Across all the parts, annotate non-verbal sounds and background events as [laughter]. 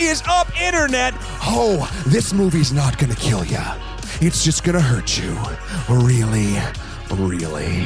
is up, internet. Oh, this movie's not gonna kill you. It's just gonna hurt you. Really, really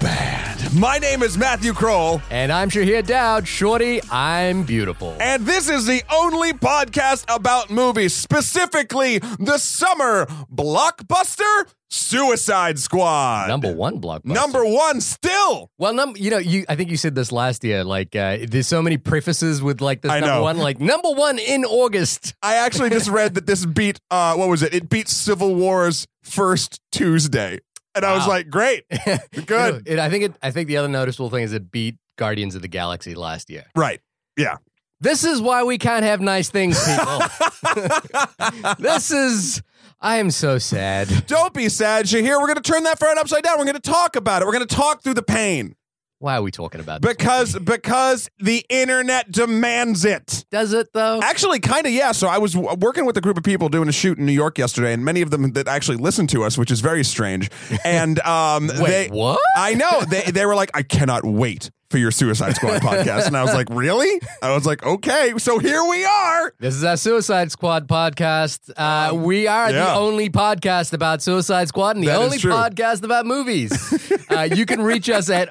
bad. My name is Matthew Kroll. And I'm Shahir Dowd. Shorty, I'm beautiful. And this is the only podcast about movies, specifically the summer blockbuster Suicide Squad. Number one blockbuster. Number one still. Well, num- you know, you I think you said this last year. Like, uh, there's so many prefaces with like this I number know. one, like number one in August. I actually just read that this beat, uh, what was it? It beat Civil War's first Tuesday. And I was Wow. like, [laughs] great, You know, good. it, I think it. I think the other noticeable thing is it beat Guardians of the Galaxy last year. Right. This is why we can't have nice things, [laughs] people. this is. I am so sad. Don't be sad, Shahir. We're going to turn that frown upside down. We're going to talk about it. We're going to talk through the pain Why are we talking about this? because because the internet demands it. Does it though? Actually, kind of, yeah. So I was w- working with a group of people doing a shoot in New York yesterday, and many of them that actually listened to us, which is very strange. And um, [laughs] they, Wait, what? I know they they were like, I cannot wait for your Suicide [laughs] Squad podcast, and I was like, really? I was like, okay, so here we are. This is our Suicide Squad podcast. Uh, we are Um, yeah. the only podcast about Suicide Squad and the That is only true. podcast [laughs] about movies. uh, you can reach us at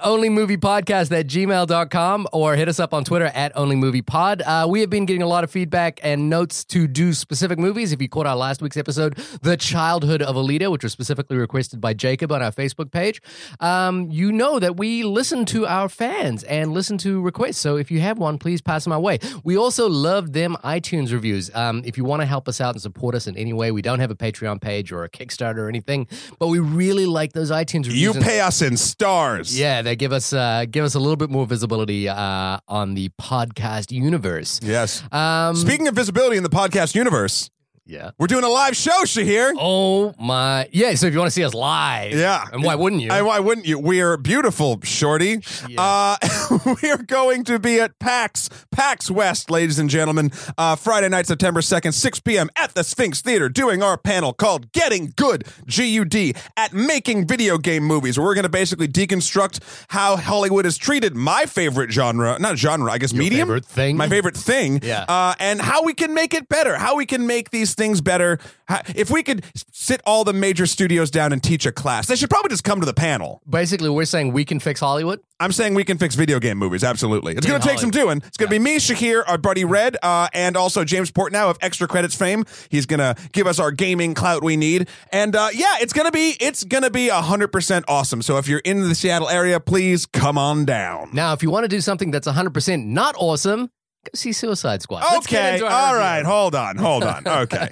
onlymoviepodcast at gmail.com or hit us up on Twitter at onlymoviepod. Uh, we have been getting a lot of feedback and notes to do specific movies. If you caught our last week's episode, The Childhood of Alita, which was specifically requested by Jacob on our Facebook page, um, you know that we listen to our fans and listen to requests. So if you have one, please pass them our way. We also love them iTunes reviews. Um, if you want to help us out and support us in any way, we don't have a Patreon page or a Kickstarter or anything, but we really like those iTunes reviews. You and- pay us in stars. yeah, they give us uh, give us a little bit more visibility uh, on the podcast universe. Yes. Um, Speaking of visibility in the podcast universe, yeah. we're doing a live show, Shahir. Oh my! Yeah. So if you want to see us live, Yeah. and why wouldn't you? And why wouldn't you? We are beautiful, Shorty. Uh, [laughs] we are going to be at PAX, PAX West, ladies and gentlemen, uh, Friday night, September 2nd, 6 p.m. at the Sphinx Theater, doing our panel called Getting Good, G U D, at Making Video Game Movies, where we're going to basically deconstruct how Hollywood has treated my favorite genre, not genre, I guess medium. favorite thing? My favorite thing. Yeah. Uh, and how we can make it better, how we can make these things better. How, if we could sit all the major studios down and teach a class, they should probably just come to the panel. Basically, we're saying we can fix Hollywood. I'm saying we can fix video game movies. Absolutely. It's going In to take some doing. It's going to be me, Shakir, our buddy Red, uh, and also James Portnow of Extra Credits fame. He's going to give us our gaming clout we need. And uh, yeah, it's going to be it's going to be 100% awesome. So if you're in the Seattle area, please come on down. Now, if you want to do something that's 100% not awesome, go see Suicide Squad. Let's get Okay. into our All review. right. Hold on. Hold on. [laughs] Okay.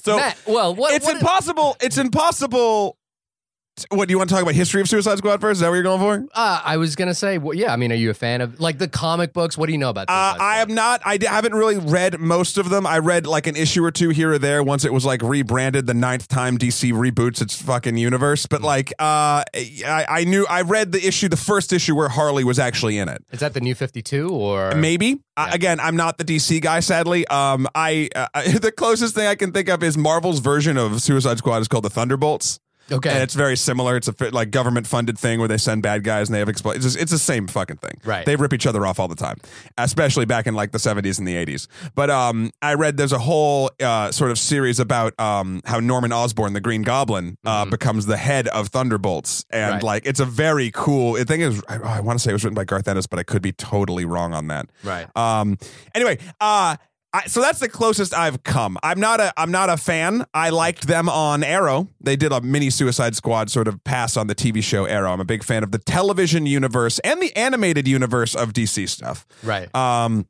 So Matt, well, what, it's what- impossible. It's impossible. What do you want to talk about? History of Suicide Squad first? Is that what you're going for? uh, I was going to say, well, yeah, I mean, are you a fan of like the comic books? What do you know about Uh, Suicide I Squad? am not. I d- haven't really read most of them. I read like an issue or two here or there. Once it was like rebranded the ninth time DC reboots its fucking universe. But Hmm. like, uh, I, I knew I read the issue, the first issue where Harley was actually in it. Is that the new 52 or? Maybe I- again, I'm not the DC guy. Sadly, um, I uh, [laughs] the closest thing I can think of is Marvel's version of Suicide Squad is called the Thunderbolts. Okay. And it's very similar. It's a fi- like government funded thing where they send bad guys and they have expl- it's, just- it's the same fucking thing. Right. They rip each other off all the time, especially back in like the 70s and the 80s. But um, I read there's a whole uh, sort of series about um, how Norman Osborn, the Green Goblin, uh, becomes the head of Thunderbolts. And Mm-hmm. Right. like it's a very cool I think it was, I, oh, I want to say it was written by Garth Ennis, but I could be totally wrong on that. Right. Um. Anyway, uh, I, so that's the closest I've come. I'm not a I'm not a fan. I liked them on Arrow. They did a mini Suicide Squad sort of pass on the TV show Arrow. I'm a big fan of the television universe and the animated universe of DC stuff. Right. Um.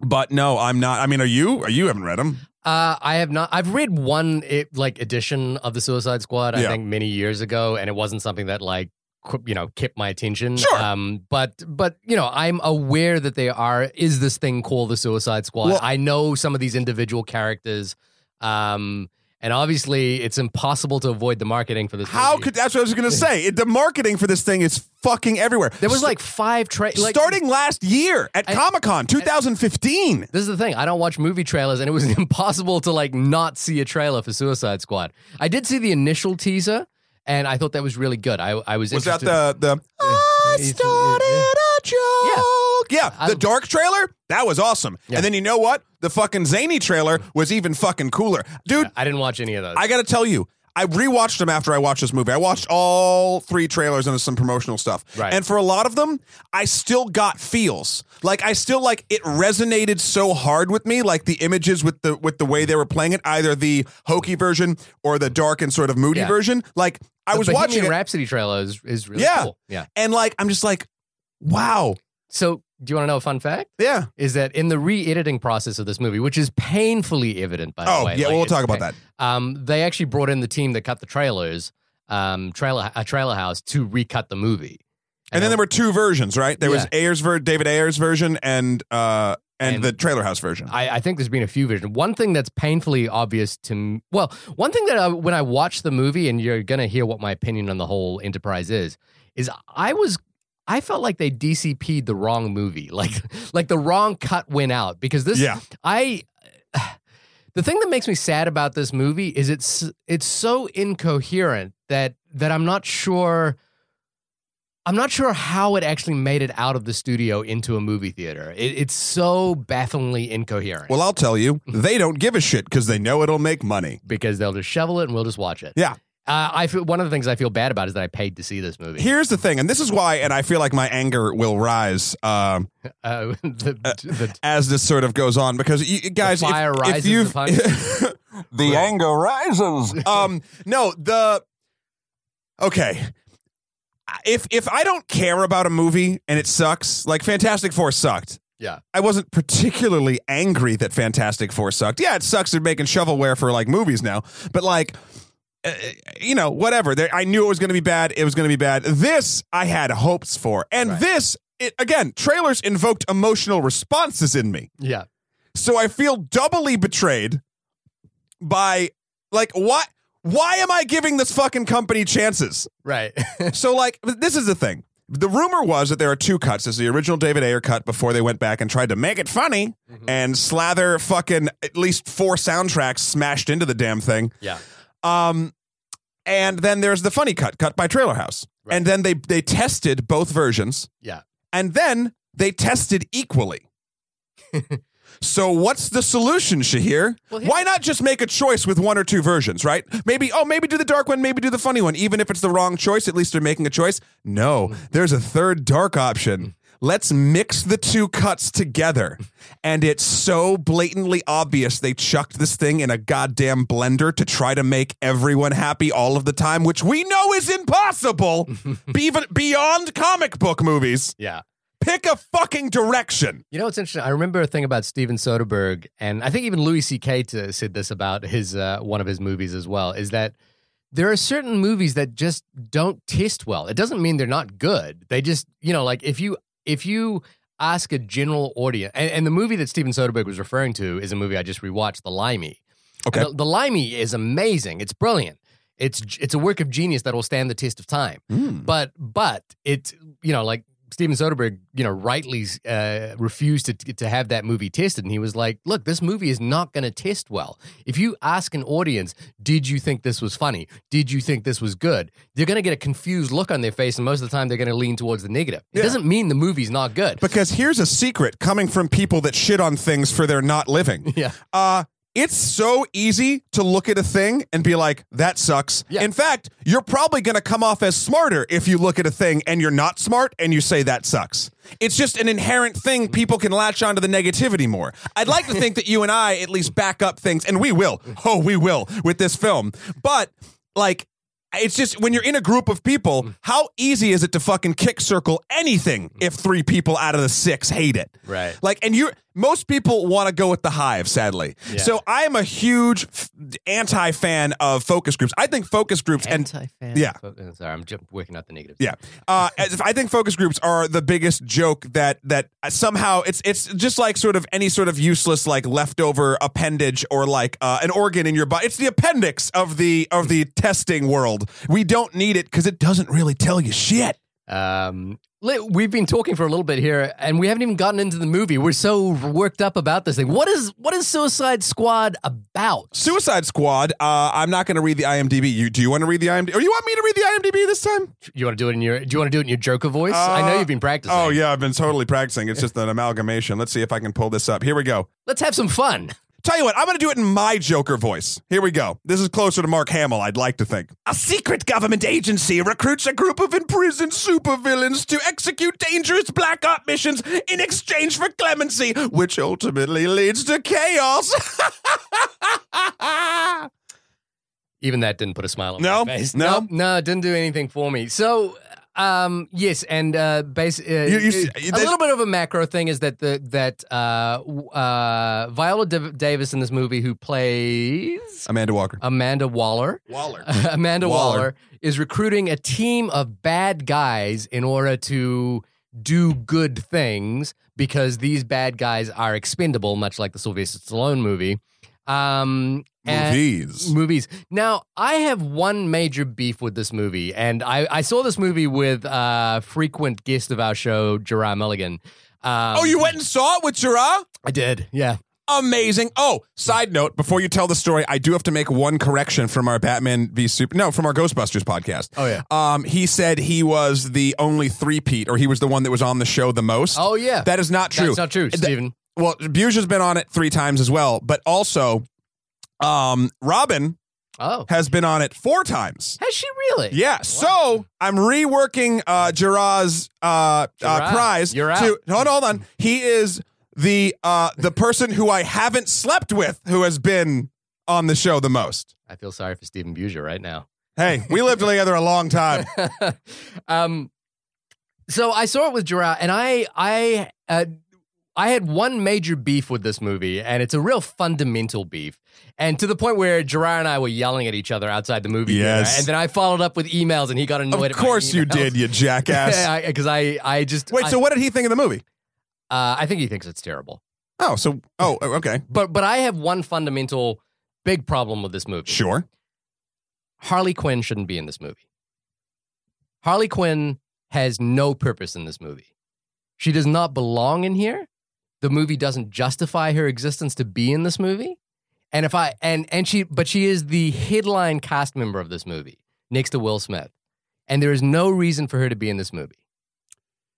But no, I'm not. I mean, are you? Are you haven't read them? Uh, I have not. I've read one it, like edition of the Suicide Squad. I Yeah. think many years ago, and it wasn't something that like qu- you know kept my attention. Sure. Um, but but you know, I'm aware that they are. Is this thing called the Suicide Squad? Well- I know some of these individual characters. Um, and obviously, it's impossible to avoid the marketing for this. How movie. could? That's what I was going to say. It, the marketing for this thing is fucking everywhere. there was like five tra- like, starting last year at I- Comic Con 2015. This is the thing. I don't watch movie trailers, and it was [laughs] impossible to like not see a trailer for Suicide Squad. I did see the initial teaser, and I thought that was really good. I I was Was that interested- the the? I it's- started a joke. Yeah, I- the dark trailer that was awesome. Yeah. And then you know what? The fucking zany trailer was even fucking cooler, dude. I didn't watch any of those. I got to tell you, I rewatched them after I watched this movie. I watched all three trailers and some promotional stuff. Right. And for a lot of them, I still got feels. Like I still like it resonated so hard with me, like the images with the with the way they were playing it, either the hokey version or the dark and sort of moody Yeah. version. Like I The was Bohemian watching it Rhapsody trailer is, is really Yeah. cool. Yeah. and like I'm just like, wow. So, do you want to know a fun fact? Yeah. Is that in the re-editing process of this movie, which is painfully evident by the Oh, way? yeah, like, well, we'll it's talk pain- about that. Um, they actually brought in the team that cut the trailers, um, trailer a trailer house to recut the movie. And then there were two versions, right? There was Ayers ver- David Ayers version and uh and, And- the Trailer House version. I, I think there's been a few versions. One thing that's painfully obvious to me, well, one thing that I, when I watched the movie, and you're gonna hear what my opinion on the whole enterprise is, is I was, I felt like they DCP'd the wrong movie, [laughs] like like the wrong cut went out because this, yeah. I, [sighs] the thing that makes me sad about this movie is it's it's so incoherent that that I'm not sure. I'm not sure how it actually made it out of the studio into a movie theater. It, it's so bafflingly incoherent. Well, I'll tell you, they don't give a shit because they know it'll make money. because they'll just shovel it and we'll just watch it. Yeah. Uh, I feel one of the things I feel bad about is that I paid to see this movie. Here's the thing, and this is why, and I feel like my anger will rise um, Uh, [laughs] the, the, as this sort of goes on because you, guys, The fire if, if rises you've upon- [laughs] the anger rises. [laughs] Um, no, the okay. If if I don't care about a movie and it sucks, like Fantastic Four sucked. yeah. I wasn't particularly angry that Fantastic Four sucked. Yeah, it sucks they're making shovelware for like movies now, but like, uh, you know, whatever. There, I knew it was going to be bad. It was going to be bad. This I had hopes for, and Right. this it, again, trailers invoked emotional responses in me, Yeah. so I feel doubly betrayed by like what. Why am I giving this fucking company chances? Right. [laughs] [laughs] So, like, this is the thing. The rumor was that there are two cuts. There's the original David Ayer cut before they went back and tried to make it funny Mm-hmm. and slather fucking at least four soundtracks smashed into the damn thing. yeah. Um, and then there's the funny cut, cut by Trailer House. Right. And then they they tested both versions, Yeah. and then they tested equally. so what's the solution, Shahir? Well, here- Why not just make a choice with one or two versions, right? Maybe oh, maybe do the dark one, maybe do the funny one. Even if it's the wrong choice, at least they're making a choice. Mm-hmm. No, there's a third dark option. Let's mix the two cuts together. And it's so blatantly obvious they chucked this thing in a goddamn blender to try to make everyone happy all of the time, which we know is [laughs] impossible, be even beyond comic book movies. Yeah. Pick a fucking direction. You know what's interesting? I remember a thing about Steven Soderbergh, and I think even Louis C.K. t- said this about his uh, one of his movies as well. Is that there are certain movies that just don't test well. It doesn't mean they're not good. They just, you know, like if you if you ask a general audience, and, and the movie that Steven Soderbergh was referring to is a movie I just rewatched, The Limey. Okay. The, the Limey is amazing. It's brilliant. It's it's a work of genius that will stand the test of time but but it you know like Steven Soderbergh you know rightly uh, refused to to have that movie tested, and he was like, "Look, this movie is not going to test well. If you ask an audience, did you think this was funny? Did you think this was good? They're going to get a confused look on their face, and most of the time they're going to lean towards the negative. It Yeah. doesn't mean the movie's not good. Because here's a secret coming from people that shit on things for their not living. yeah, Uh, it's so easy to look at a thing and be like, that sucks. Yeah. In fact, you're probably going to come off as smarter if you look at a thing and you're not smart and you say that sucks. It's just an inherent thing people can latch onto the negativity more. I'd like to think that you and I at least back up things, and we will. Oh, we will with this film. But, like, it's just when you're in a group of Mm. people, how easy is it to fucking kick circle anything if three people out of the six hate it? Right. Like, and you, most people want to go with the hive, sadly. Yeah. So I am a huge f- anti fan of focus groups. I think focus groups and Anti-fan- yeah. Oh, Sorry, I'm just working out the negatives. yeah, uh, as if I think focus groups are the biggest joke that that somehow it's it's just like sort of any sort of useless like leftover appendage or like uh, an organ in your body. It's the appendix of the of the testing world. We don't need it because it doesn't really tell you shit. Um, li- we've been talking for a little bit here, and we haven't even gotten into the movie. We're so worked up about this thing. What is what is Suicide Squad about? Suicide Squad. Uh, I'm not going to read the IMDb. You do you want to read the IMDb? Or you want me to read the IMDb this time? You want to do it in your Do you want to do it in your Joker voice? I know Uh, you've been practicing. Oh yeah, I've been totally practicing. It's just an amalgamation. Let's see if I can pull this up. Here we go. Let's have some fun. Tell you what, I'm going to do it in my Joker voice. Here we go. This is closer to Mark Hamill, I'd like to think. A secret government agency recruits a group of imprisoned supervillains to execute dangerous black op missions in exchange for clemency, which ultimately leads to chaos. [laughs] Even that didn't put a smile on No, my face. no. Nope, no, it didn't do anything for me. So, um, yes, and uh, base, uh, You- you- uh, you did- a little bit of a macro thing is that the that uh, w- uh, Viola Dav- Davis in this movie, who plays Amanda Walker. Amanda Waller, Waller. [laughs] Amanda Waller. Waller. is recruiting a team of bad guys in order to do good things because these bad guys are expendable, much like the Sylvester Stallone movie. Um, and- Movies. movies. Now, I have one major beef with this movie, and I, I saw this movie with uh, frequent guest of our show, Gerard Mulligan. Um, Oh, you went and saw it with Gerard? I did, yeah. Amazing. Oh, side note, before you tell the story, I do have to make one correction from our Batman v Super No, from our Ghostbusters podcast. Oh, yeah. Um, he said he was the only three-peat, or he was the one that was on the show the most. Oh, yeah. That is not true. That's not true, Stephen. well, Buja's been on it three times as well, but also um, Robin Oh, has been on it four times. has she really? Yeah, so I'm reworking uh, Gerard's uh, Gerard, uh, prize. you're To, hold, hold on. He is the uh, the person who I haven't slept with who has been on the show the most. I feel sorry for Stephen Buja right now. Hey, we lived together a long [laughs] time. um, so I saw it with Gerard, and I, I, uh, I had one major beef with this movie, and it's a real fundamental beef, and to the point where Gerard and I were yelling at each other outside the movie Yes. theater, and then I followed up with emails, and he got annoyed. Of course you [laughs] did, you jackass. because I, I just Wait, I, so what did he think of the movie? uh, I think he thinks it's terrible, Oh, so oh, okay, but but I have one fundamental big problem with this movie. sure. Harley Quinn shouldn't be in this movie. Harley Quinn has no purpose in this movie. She does not belong in here. The movie doesn't justify her existence to be in this movie. And if I and and she but she is the headline cast member of this movie next to Will Smith. And there is no reason for her to be in this movie.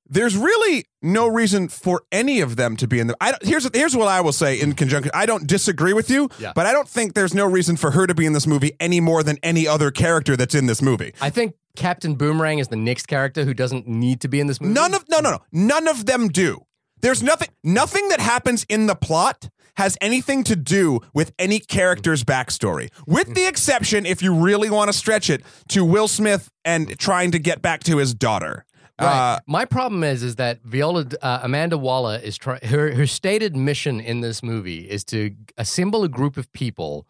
There's really no reason for any of them to be in the. I don't, here's here's what I will say in conjunction. I don't disagree with you, Yeah. but I don't think there's no reason for her to be in this movie any more than any other character that's in this movie. I think Captain Boomerang is the next character who doesn't need to be in this movie. None of no no no none of them do. There's nothing nothing that happens in the plot has anything to do with any character's backstory. With the exception, if you really want to stretch it, to Will Smith and trying to get back to his daughter. Uh, Right. Uh, My problem is is that Viola uh, Amanda Waller is trying her her stated mission in this movie is to assemble a group of people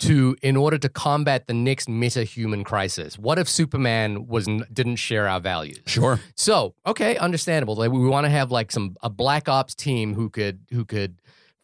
to in order to combat the next meta human crisis. What if Superman was n- didn't share our values? sure. So, okay, understandable. Like we want to have like some a black ops team who could who could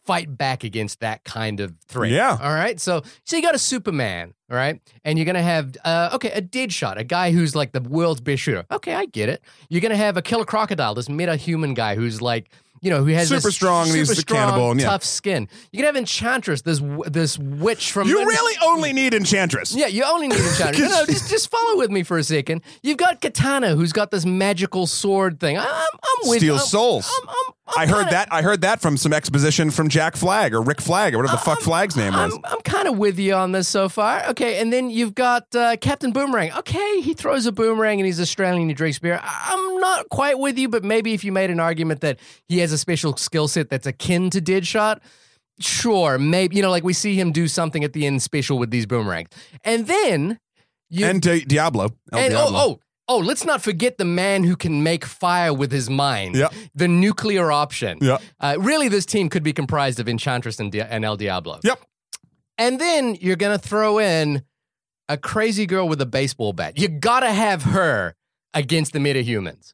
fight back against that kind of threat. Yeah. All right. So, so you got a Superman, all right? And you're going to have uh okay, a Deadshot, a guy who's like the world's best shooter. Okay, I get it. You're going to have a Killer Crocodile, this meta-human guy who's like you know, who has Super this strong, and super he's a strong, cannibal, and yeah. tough skin. You're gonna have Enchantress, this w- this witch from You really only need Enchantress. yeah, you only need [laughs] Enchantress. no, no, just just follow with me for a second. You've got Katana, who's got this magical sword thing. I, I'm, I'm with Steals I'm- souls. I'm, I'm, I'm I heard kinda- that. I heard that from some exposition from Jack Flag or Rick Flag or whatever Uh, the um, fuck Flag's name I'm, was. I'm kind of with you on this so far. Okay, and then you've got uh, Captain Boomerang. Okay, he throws a boomerang and he's Australian. He drinks beer. I- I'm not quite with you, but maybe if you made an argument that he has a special skill set that's akin to Deadshot, sure, maybe you know, like we see him do something at the end special with these boomerangs, and then you And Di- Diablo. El and Diablo. oh, oh, oh, let's not forget the man who can make fire with his mind. Yeah. The nuclear option. Yeah. Uh, really, this team could be comprised of Enchantress and, Di- and El Diablo. Yep. And then you're going to throw in a crazy girl with a baseball bat. You got to have her against the metahumans.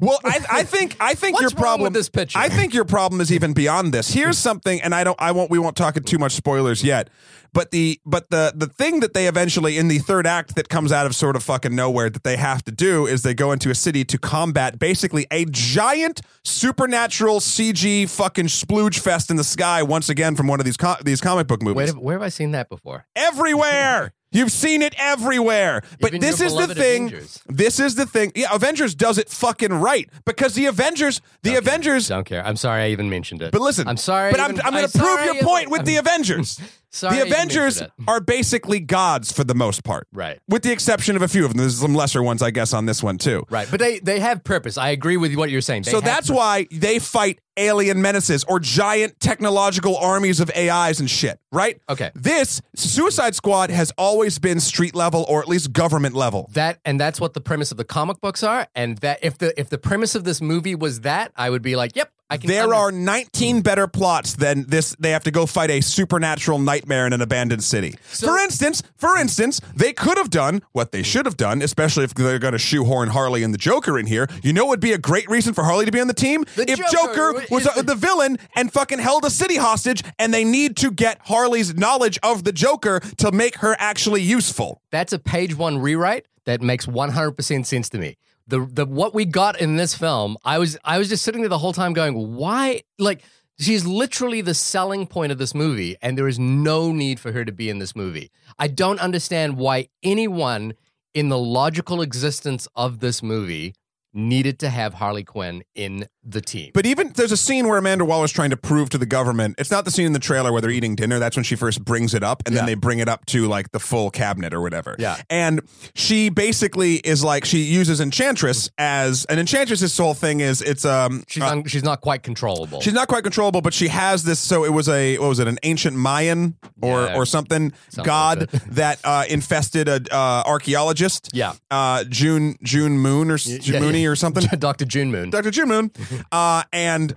Well, I, [laughs] I think I think What's your wrong problem with this picture? Hmm. I think your problem is even beyond this. Here's something, and I don't, I won't, we won't talk too much spoilers yet. But the but the the thing that they eventually in the third act that comes out of sort of fucking nowhere that they have to do is they go into a city to combat basically a giant supernatural CG fucking splooge fest in the sky once again from one of these co- these comic book movies Wait, where have I seen that before? everywhere. You've seen it everywhere. But Even this your is the beloved thing. Avengers. This is the thing. Yeah, Avengers does it fucking right because the Avengers, the Avengers. Don't care. I'm sorry I even mentioned it. But listen, I'm sorry. I But I'm, even- I'm going to prove sorry your I- point with I'm [laughs] the Avengers. sorry I the even mentioned Avengers it. are basically gods for the most part, Right. With the exception of a few of them. There's some lesser ones, I guess, on this one too. Right, but they they have purpose. I agree with what you're saying. They So have that's why they fight alien menaces or giant technological armies of AIs and shit, right? Okay. This Suicide Squad has always been street level or at least government level. that and that's what the premise of the comic books are and that if the if the premise of this movie was that i would be like yep i can There I'm- are 19 better plots than this. They have to go fight a supernatural nightmare in an abandoned city. So- for instance, for instance, they could have done what they should have done, especially if they're going to shoehorn Harley and the Joker in here. You know, what would be a great reason for Harley to be on the team The if Joker, Joker was is uh, the villain and fucking held a city hostage, and they need to get Harley's knowledge of the Joker to make her actually useful. that's a page one rewrite that makes 100% sense to me the the what we got in this film i was i was just sitting there the whole time going why like she's literally the selling point of this movie and there is no need for her to be in this movie i don't understand why anyone in the logical existence of this movie needed to have harley quinn in the team But even there's a scene where Amanda Waller's trying to prove to the government. It's not the scene in the trailer where they're eating dinner. That's when she first brings it up, and then Yeah. they bring it up to like the full cabinet or whatever. Yeah. And she basically is like she uses Enchantress as an Enchantress's whole thing is it's um She's, uh, un- she's not quite controllable. she's not quite controllable, but she has this. So it was a what was it an ancient Mayan or Yeah. or something Something god [laughs] like that uh, infested a uh, archaeologist. Yeah. Uh, June June Moon or June yeah, Mooney yeah. or something. Dr. [laughs] June Moon. Dr. June [laughs] Moon. Uh, and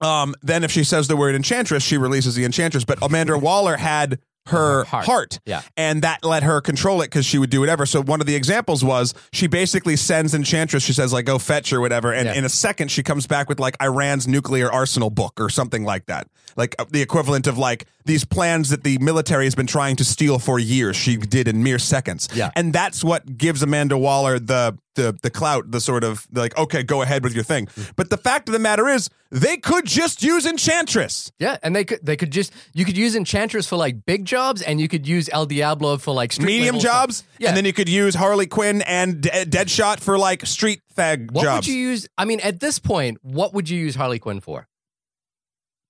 um, then if she says the word enchantress, she releases the enchantress. But Amanda Waller had her Her heart. heart. Yeah. And that let her control it because she would do whatever. So one of the examples was she basically sends Enchantress, she says, like, go fetch or whatever. And Yeah. in a second, she comes back with like Iran's nuclear arsenal book or something like that. Like uh, the equivalent of like these plans that the military has been trying to steal for years. She did in mere seconds. Yeah. And that's what gives Amanda Waller the the the clout, the sort of like, okay, go ahead with your thing. Mm. But the fact of the matter is, they could just use Enchantress. Yeah, and they could they could just you could use Enchantress for like big jobs, and you could use El Diablo for like street medium level jobs, stuff. Yeah, and then you could use Harley Quinn and D- Deadshot for like street fag what jobs. would you use? I mean, at this point, what would you use Harley Quinn for?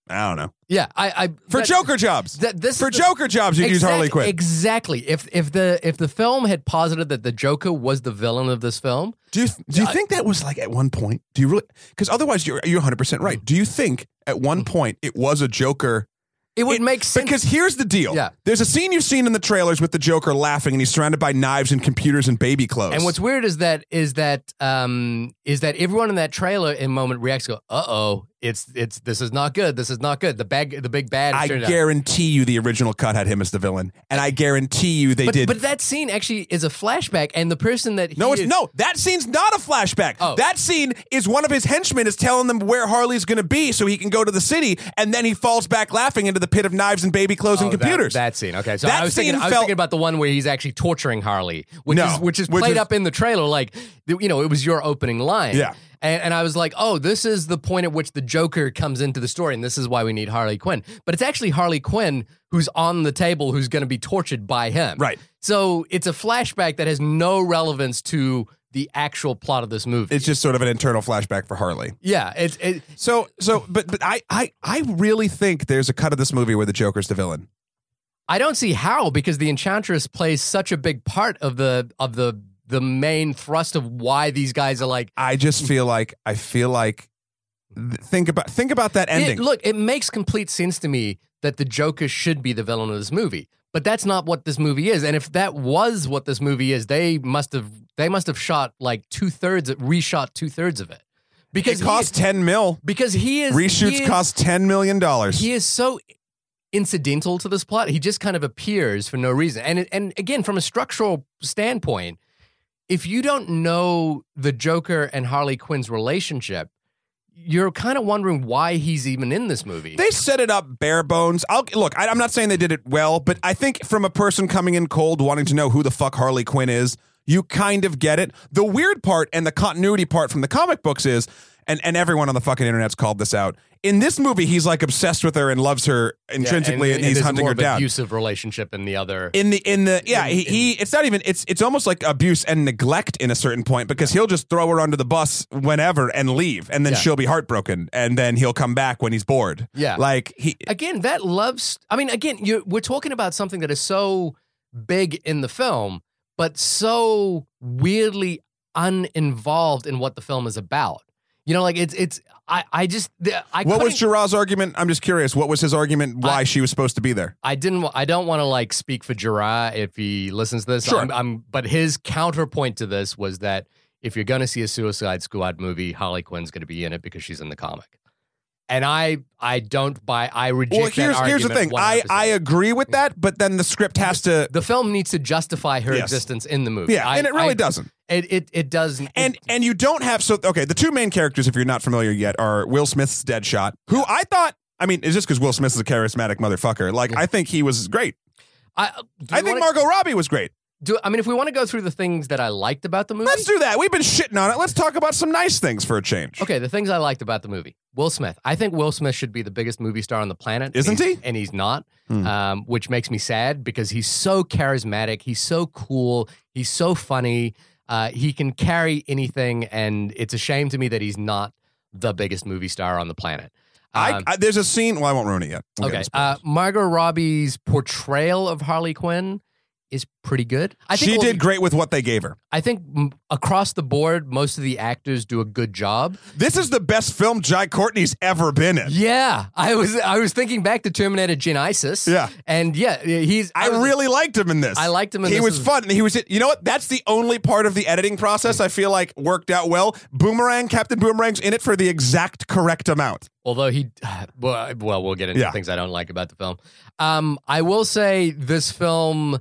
I don't know Yeah, I, I for that- Joker jobs. That this for is the- Joker jobs, you could use Exact- Harley Quinn. Exactly. If if the if the film had posited that the Joker was the villain of this film, do you do you think that was like at one point? Do you really? Because otherwise, you're you're 100 percent right. Do you think at one Mm-hmm. point it was a Joker? it would It- make sense. Because here's the deal. Yeah. There's a scene you've seen in the trailers with the Joker laughing, and he's surrounded by knives and computers and baby clothes. And what's weird is that is that um is that everyone in that trailer in moment reacts go, uh oh, it's it's this is not good, this is not good. The bag the big bad. is I turned out. guarantee you the original cut had him as the villain, and I guarantee you they But, did but that scene actually is a flashback, and the person that No, he it's is- no. That scene's not a flashback. Oh. That scene is one of his henchmen is telling them where Harley's going to be so he can go to the city, and then he falls back laughing into the pit of knives and baby clothes and Oh, computers. That, that scene. Okay, so That I was thinking scene I was felt- thinking about the one where he's actually torturing Harley, which No, is which is which played is- up in the trailer. Like th- you know, it was your opening line. Yeah. And, and I was like, oh, this is the point at which the Joker comes into the story, and this is why we need Harley Quinn. But it's actually Harley Quinn who's on the table, who's going to be tortured by him. Right. So it's a flashback that has no relevance to the actual plot of this movie. it's just sort of an internal flashback for Harley. yeah. It's it, So, so, but, but I, I, I really think there's a cut of this movie where the Joker's the villain. I don't see how because the enchantress plays such a big part of the of the the main thrust of why these guys are like I just feel like, I feel like, th- think about, think about that it, ending. look it makes complete sense to me that the joker should be the villain of this movie but that's not what this movie is and if that was what this movie is they must have they must have shot like two-thirds reshot two-thirds of it because it costs he, ten mil. because he is he Reshoots is- cost ten million dollars. he is so incidental to this plot. He just kind of appears for no reason. And and again, from a structural standpoint, if you don't know the Joker and Harley Quinn's relationship, you're kind of wondering why he's even in this movie. They set it up bare bones. I'll look. I, I'm not saying they did it well, but I think from a person coming in cold, wanting to know who the fuck Harley Quinn is, you kind of get it. The weird part and the continuity part from the comic books is, and and everyone on the fucking internet's called this out. In this movie, he's like obsessed with her and loves her Yeah, and- intrinsically, and, he's there's hunting more her of down. Abusive relationship in the other. in the in the yeah In- he, he it's not even it's it's almost like abuse and neglect in a certain point because he'll just throw her under the bus whenever and leave and then Yeah. she'll be heartbroken and then he'll come back when he's bored Yeah. like he again, that love. St- I mean, again, you we're talking about something that is so big in the film, but so weirdly uninvolved in what the film is about. You know, like it's it's. I I just the- I what was couldn't- Gerard's argument I'm just curious what was his argument why I- she was supposed to be there I didn't. wa- I don't want to like speak for Gerard if he listens to this. Sure. I'm, I'm- but his counterpoint to this was that if you're going to see a Suicide Squad movie, Harley Quinn's going to be in it because she's in the comic. And I, I don't buy. I reject. well here's that here's the thing argument I 100%. I agree with that but then the script has to the film needs to justify her Yes. existence in the movie. yeah I- and it really I- doesn't It it, it does. it- and and you don't have so okay the two main characters if you're not familiar yet are will smith's deadshot who i thought i mean it's just because will smith is a charismatic motherfucker like Yeah. i think he was great I, do we i think wanna- margot robbie was great Do, I mean, if we want to go through the things that I liked about the movie, let's do that we've been shitting on it let's talk about some nice things for a change Okay, the things I liked about the movie. Will Smith. I think Will Smith should be the biggest movie star on the planet. and Isn't he's- he? And he's not, Hmm. um, which makes me sad because he's so charismatic. He's so cool. He's so funny. Uh, he can carry anything. And it's a shame to me that he's not the biggest movie star on the planet. I, Um, I there's a scene well i won't ruin it yet We'll get okay. this back. Uh, Margot Robbie's portrayal of Harley Quinn is pretty good. I think she all- did great with what they gave her I think mm, across the board, most of the actors do a good job. this is the best film jai courtney's ever been in Yeah, I was I was thinking back to Terminator Genisys. Yeah. and yeah, he's I, was- really liked him in this. I liked him in he this was as- fun. He was. You know what? That's the only part of the editing process I feel like worked out well. Boomerang, Captain Boomerang's in it for the exact correct amount. although he [sighs] well well, we'll get into Yeah. things I don't like about the film. Um, I will say this film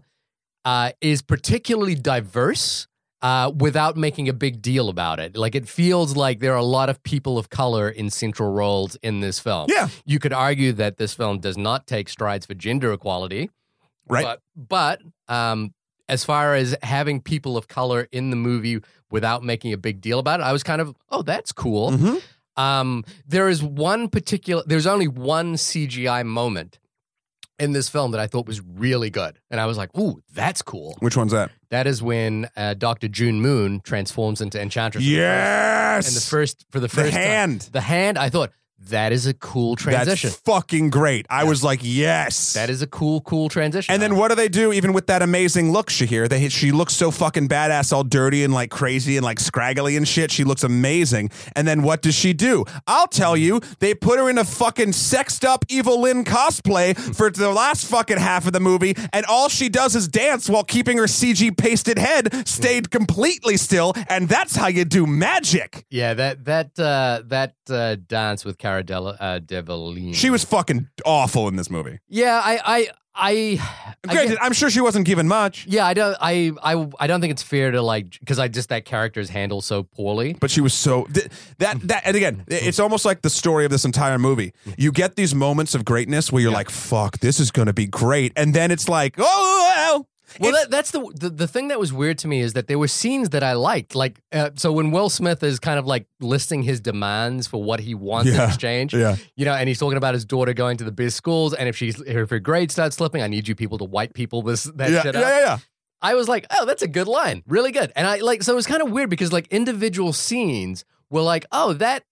uh, is particularly diverse. Uh, without making a big deal about it. Like, it feels like there are a lot of people of color in central roles in this film. Yeah, You could argue that this film does not take strides for gender equality. right. But but um, as far as having people of color in the movie without making a big deal about it, I was kind of oh that's cool. Mhm. Um, there is one particular. There's only one CGI moment in this film that I thought was really good, and I was like, ooh, that's cool. Which one's that? That is when uh, Doctor June Moon transforms into Enchantress. for the Yes. first- And the first for the The first uh, time- hand. the hand. I thought that is a cool transition. That's fucking great. I Yeah. was like, yes. that is a cool, cool transition. And then what do they do? Even with that amazing look, Shahir, they she looks so fucking badass, all dirty and like crazy and like scraggly and shit. She looks amazing. And then what does she do? I'll tell you, they put her in a fucking sexed up Evil Lyn cosplay for the last fucking half of the movie, and all she does is dance while keeping her CG pasted head stayed completely still. And that's how you do magic. Yeah, that that uh, that uh, dance with Cara Dele, uh, Delevingne. She was fucking awful in this movie. Yeah, I I I. I Granted, get- I'm sure she wasn't given much, yeah, I don't. I I I don't think it's fair to like because I just that character's handled so poorly. but she was so th- that that and again i- it's almost like the story of this entire movie you get these moments of greatness where you're Yeah. like fuck this is going to be great and then it's like oh well, Well, It's- that, that's the, the the thing that was weird to me is that there were scenes that I liked. Like, uh, so when Will Smith is kind of like listing his demands for what he wants in Yeah, exchange, yeah. you know, and he's talking about his daughter going to the best schools, and if she's if her grades start slipping, I need you people to white people this that yeah, yeah shit up. yeah yeah I was like, oh, that's a good line. Really good. And I like, so it was kind of weird because like individual scenes were like, oh, that,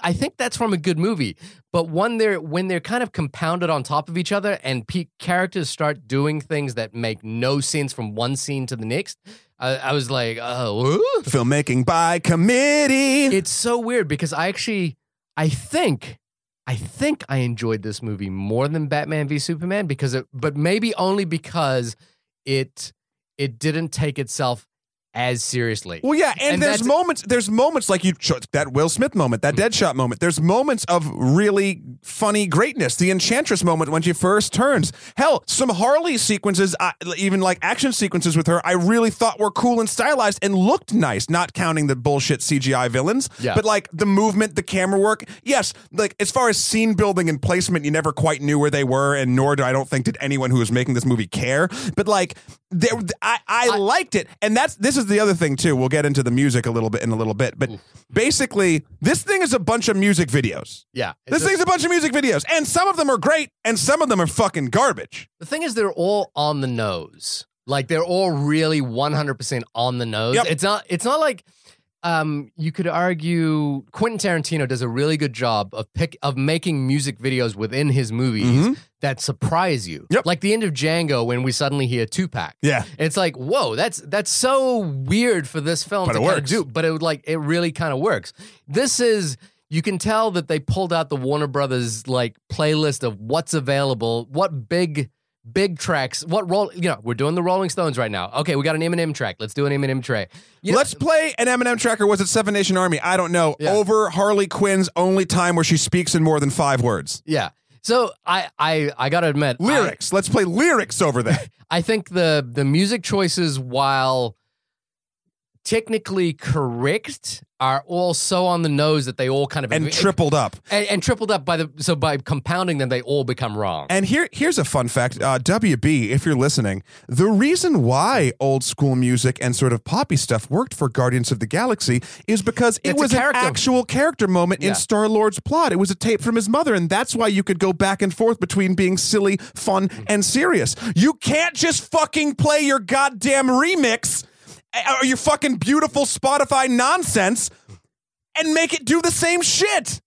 I think that's from a good movie. But when they're, when they're kind of compounded on top of each other and pe- characters start doing things that make no sense from one scene to the next, I, I was like, oh, ooh." filmmaking by committee it's so weird because I actually, I think, I think I enjoyed this movie more than Batman v Superman because it, but maybe only because it, it didn't take itself as seriously. Well, yeah, and, And there's that's- moments. There's moments like you cho- that Will Smith moment, that Deadshot moment. There's moments of really funny greatness. The Enchantress moment when she first turns. Hell, some Harley sequences, I, even like action sequences with her, I really thought were cool and stylized and looked nice. Not counting the bullshit CGI villains, Yeah. but like the movement, the camera work. Yes, like as far as scene building and placement, you never quite knew where they were, and nor do I don't think did anyone who was making this movie care. But like, there, I, I liked it, and that's this is the other thing too. We'll get into the music a little bit in a little bit, but basically, this thing is a bunch of music videos. yeah. This It's a- thing's a bunch of music videos, and some of them are great, and some of them are fucking garbage. The thing is, they're all on the nose. Like they're all really one hundred percent on the nose. Yep. It's not. It's not like um, you could argue Quentin Tarantino does a really good job of pick of making music videos within his movies Mhm. that surprise you. Yep. Like the end of Django when we suddenly hear Tupac. Yeah, It's like, whoa, that's that's so weird for this film But to it kind works. of do. But it would like it really kind of works. This is you can tell that they pulled out the Warner Brothers like playlist of what's available, what big big tracks, what roll you know, we're doing the Rolling Stones right now. Okay, we got an Eminem track. Let's do an Eminem track. You know, let's play an Eminem track, or was it Seven Nation Army? I don't know. Yeah. Over Harley Quinn's only time where she speaks in more than five words. yeah. So I I I gotta admit I- Lyrics. Let's play lyrics over that. [laughs] I think the the music choices, while technically correct, are all so on the nose that they all kind of and tripled up. and, and tripled up by the so by compounding them, they all become wrong. And here, here's a fun fact, uh, WB, if you're listening, the reason why old school music and sort of poppy stuff worked for Guardians of the Galaxy is because it It's a was an character. actual character moment Yeah. in Star Lord's plot. It was a tape from his mother, and that's why you could go back and forth between being silly, fun, and serious. You can't just fucking play your goddamn remix eh, or your fucking beautiful Spotify nonsense and make it do the same shit.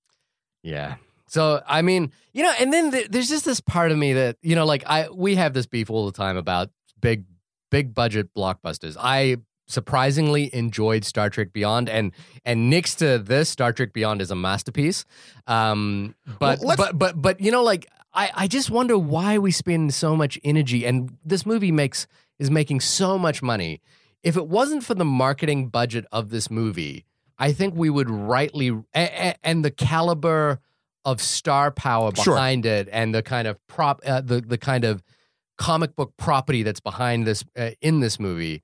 yeah. So I mean, you know, and then th- there's just this part of me that you know, like I we have this beef all the time about big big budget blockbusters. I surprisingly enjoyed Star Trek Beyond, and and next to this, Star Trek Beyond is a masterpiece. Um, but Well, let's- but but but you know, like I I just wonder why we spend so much energy, and this movie makes is making so much money. If it wasn't for the marketing budget of this movie, I think we would rightly a- a- and the caliber of star power Sure. behind it, and the kind of prop uh, the the kind of comic book property that's behind this uh, in this movie,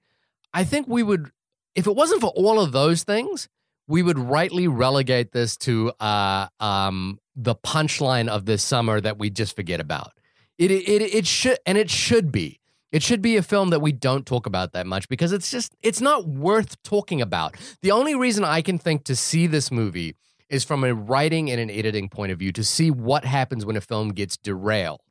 I think we would, if it wasn't for all of those things, we would rightly relegate this to uh, um, the punchline of this summer that we just forget about. It it it should and it should be. It should be a film that we don't talk about that much because it's just it's not worth talking about. The only reason I can think to see this movie is from a writing and an editing point of view to see what happens when a film gets derailed.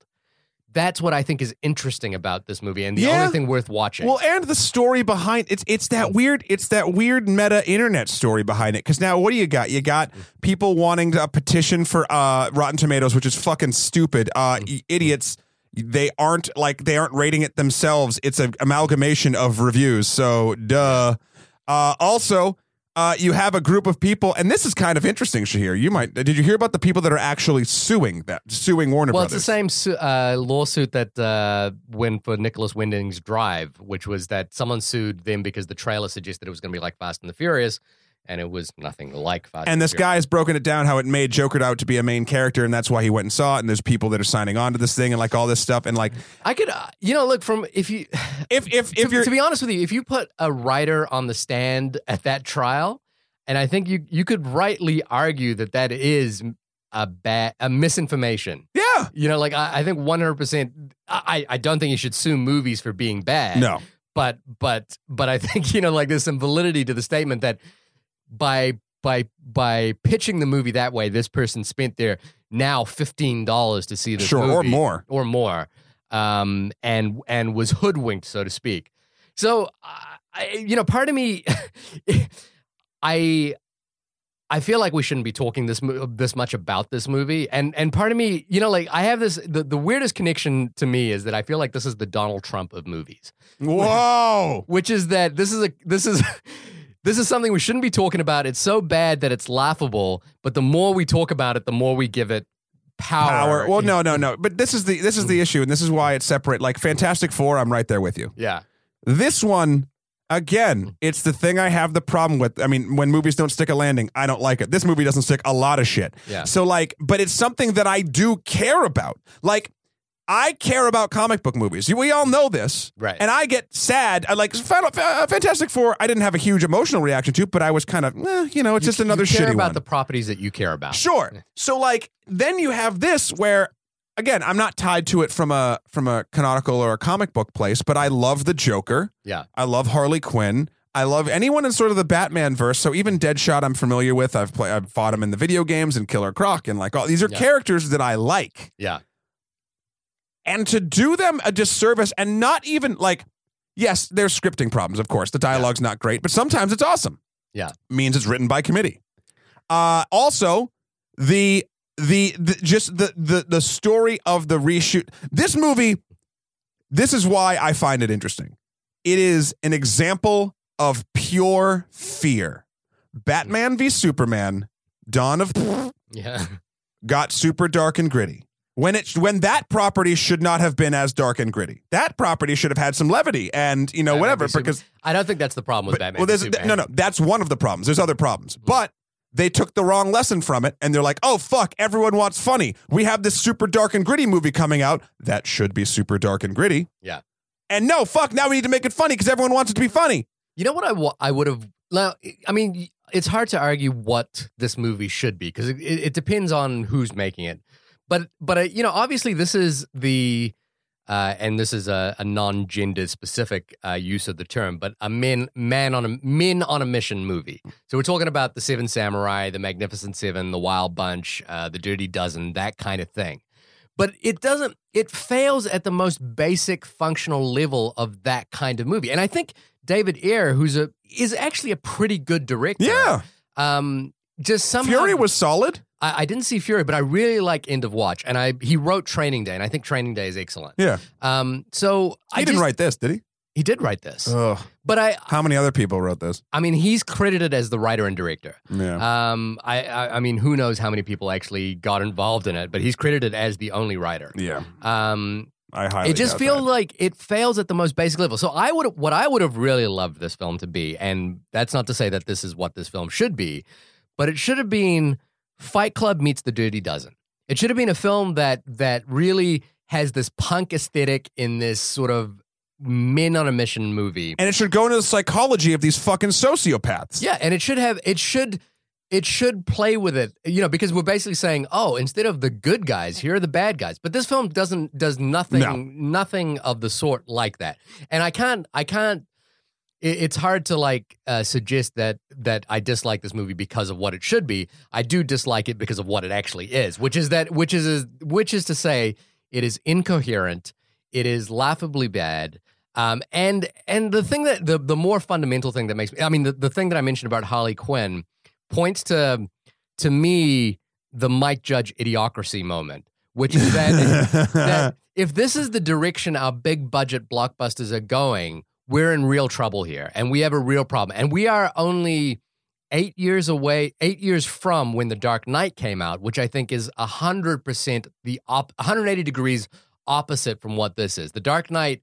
That's what I think is interesting about this movie and the Yeah. only thing worth watching. Well, and the story behind it's it's that weird it's that weird meta internet story behind it. Because now what do you got? You got people wanting to petition for uh, Rotten Tomatoes, which is fucking stupid. Uh, Mm-hmm. i- idiots. They aren't like they aren't rating it themselves. It's an amalgamation of reviews. So duh. Uh, also. Uh, you have a group of people, and this is kind of interesting, Shahir. You might did you hear about the people that are actually suing that suing Warner Well, it's Brothers? the same su- uh, lawsuit that uh, went for Nicholas Winding's Drive, which was that someone sued them because the trailer suggested it was going to be like Fast and the Furious, and it was nothing like Fast. And the this Furious. guy has broken it down how it made Joker out to be a main character, and that's why he went and saw it. And there's people that are signing on to this thing and like all this stuff. And [laughs] like, I could, uh, you know, look from if you, [sighs] if if if to, you're to be honest with you, if you put a writer on the stand at that trial, and I think you you could rightly argue that that is a bad a misinformation. yeah, You know, like I, I think one hundred percent. I I don't think you should sue movies for being bad. no, but but but I [laughs] think you know like there's some validity to the statement that by by by pitching the movie that way, this person spent their now fifteen dollars to see this sure, or movie, more. [laughs] or more, um, and and was hoodwinked so to speak. So uh, I, you know, part of me, [laughs] I. I feel like we shouldn't be talking this mo- this much about this movie, and and part of me, you know, like I have this the, the weirdest connection to me is that I feel like this is the Donald Trump of movies Whoa, which is that this is a this is [laughs] this is something we shouldn't be talking about. It's so bad that it's laughable, but the more we talk about it, the more we give it power. power. Well, no, no, no. But this is the this is the issue, and this is why it's separate. Like Fantastic Four, I'm right there with you. Yeah. This one, Again, it's the thing I have the problem with. I mean, when movies don't stick a landing, I don't like it. This movie doesn't stick a lot of shit. Yeah. So like, but it's something that I do care about. Like, I care about comic book movies. We all know this, Right. And I get sad. I like Final, uh, Fantastic Four. I didn't have a huge emotional reaction to, but I was kind of, eh, you know, it's just You another care shitty about one. the properties that you care about. Sure. So like then you have this where again, I'm not tied to it from a from a canonical or a comic book place, but I love the Joker. Yeah. I love Harley Quinn. I love anyone in sort of the Batman verse. So even Deadshot I'm familiar with. I've played I've fought him in the video games and Killer Croc and like all these are Yeah. characters that I like. Yeah. And to do them a disservice and not even like yes, there's scripting problems, of course. The dialogue's not great, but sometimes it's awesome. Yeah. Means it's written by committee. Uh, also, the, the the just the the the story of the reshoot. This movie, this is why I find it interesting. It is an example of pure fear. Batman v Superman, Dawn of Yeah. [laughs] got super dark and gritty. When it when that property should not have been as dark and gritty. That property should have had some levity and you know Batman whatever v Superman. because I don't think that's the problem with Batman. well, v there's Superman. Mm-hmm. no, no. That's one of the problems. There's other problems, but they took the wrong lesson from it, and they're like, "Oh fuck, everyone wants funny. We have this super dark and gritty movie coming out that should be super dark and gritty." Yeah. And no, fuck. Now we need to make it funny because everyone wants it to be funny. You know what I wa- I would have. Well, I mean, it's hard to argue what this movie should be because it, it, it depends on who's making it. But but uh, you know, obviously, this is the uh, and this is a, a non-gender specific uh, use of the term, but a men man on a men on a mission movie. So we're talking about the Seven Samurai, the Magnificent Seven, the Wild Bunch, uh, the Dirty Dozen, that kind of thing. But it doesn't. It fails at the most basic functional level of that kind of movie, and I think David Ayer, who's a is actually a pretty good director. Yeah. Um. Just somehow Fury was solid. I, I didn't see Fury, but I really like End of Watch, and I he wrote Training Day, and I think Training Day is excellent. Yeah. Um. So He I didn't just- write Uh. this, did he? He did write this, Ugh. but I How many other people wrote this? I mean he's credited as the writer and director. Yeah. Um. I I, I mean who knows how many people actually got involved in it, but he's credited as the only writer. yeah. Um. I highly. It just doubt feels that. like it fails at the most basic level. So I would what I would have really loved this film to be, and that's not to say that this is what this film should be, but it should have been Fight Club meets The Dirty Dozen. It should have been a film that that really has this punk aesthetic in this sort of men on a mission movie. and it should go into the psychology of these fucking sociopaths. Yeah, [laughs] and it should have it should it should play with it, you know, because we're basically saying, oh, instead of the good guys, here are the bad guys. But this film doesn't does nothing No. nothing of the sort like that. And I can't I can't. It, it's hard to like uh, suggest that that I dislike this movie because of what it should be. I do dislike it because of what it actually is, which is that which is is which is to say, it is incoherent. It is laughably bad. Um, and and the thing that the the more fundamental thing that makes me, I mean, the, the thing that I mentioned about Harley Quinn points to to me the Mike Judge idiocracy moment, which is [laughs] that, that if this is the direction our big budget blockbusters are going, we're in real trouble here, and we have a real problem, and we are only. Eight years away, eight years from when The Dark Knight came out, which I think is 100% the op, 180 degrees opposite from what this is. The Dark Knight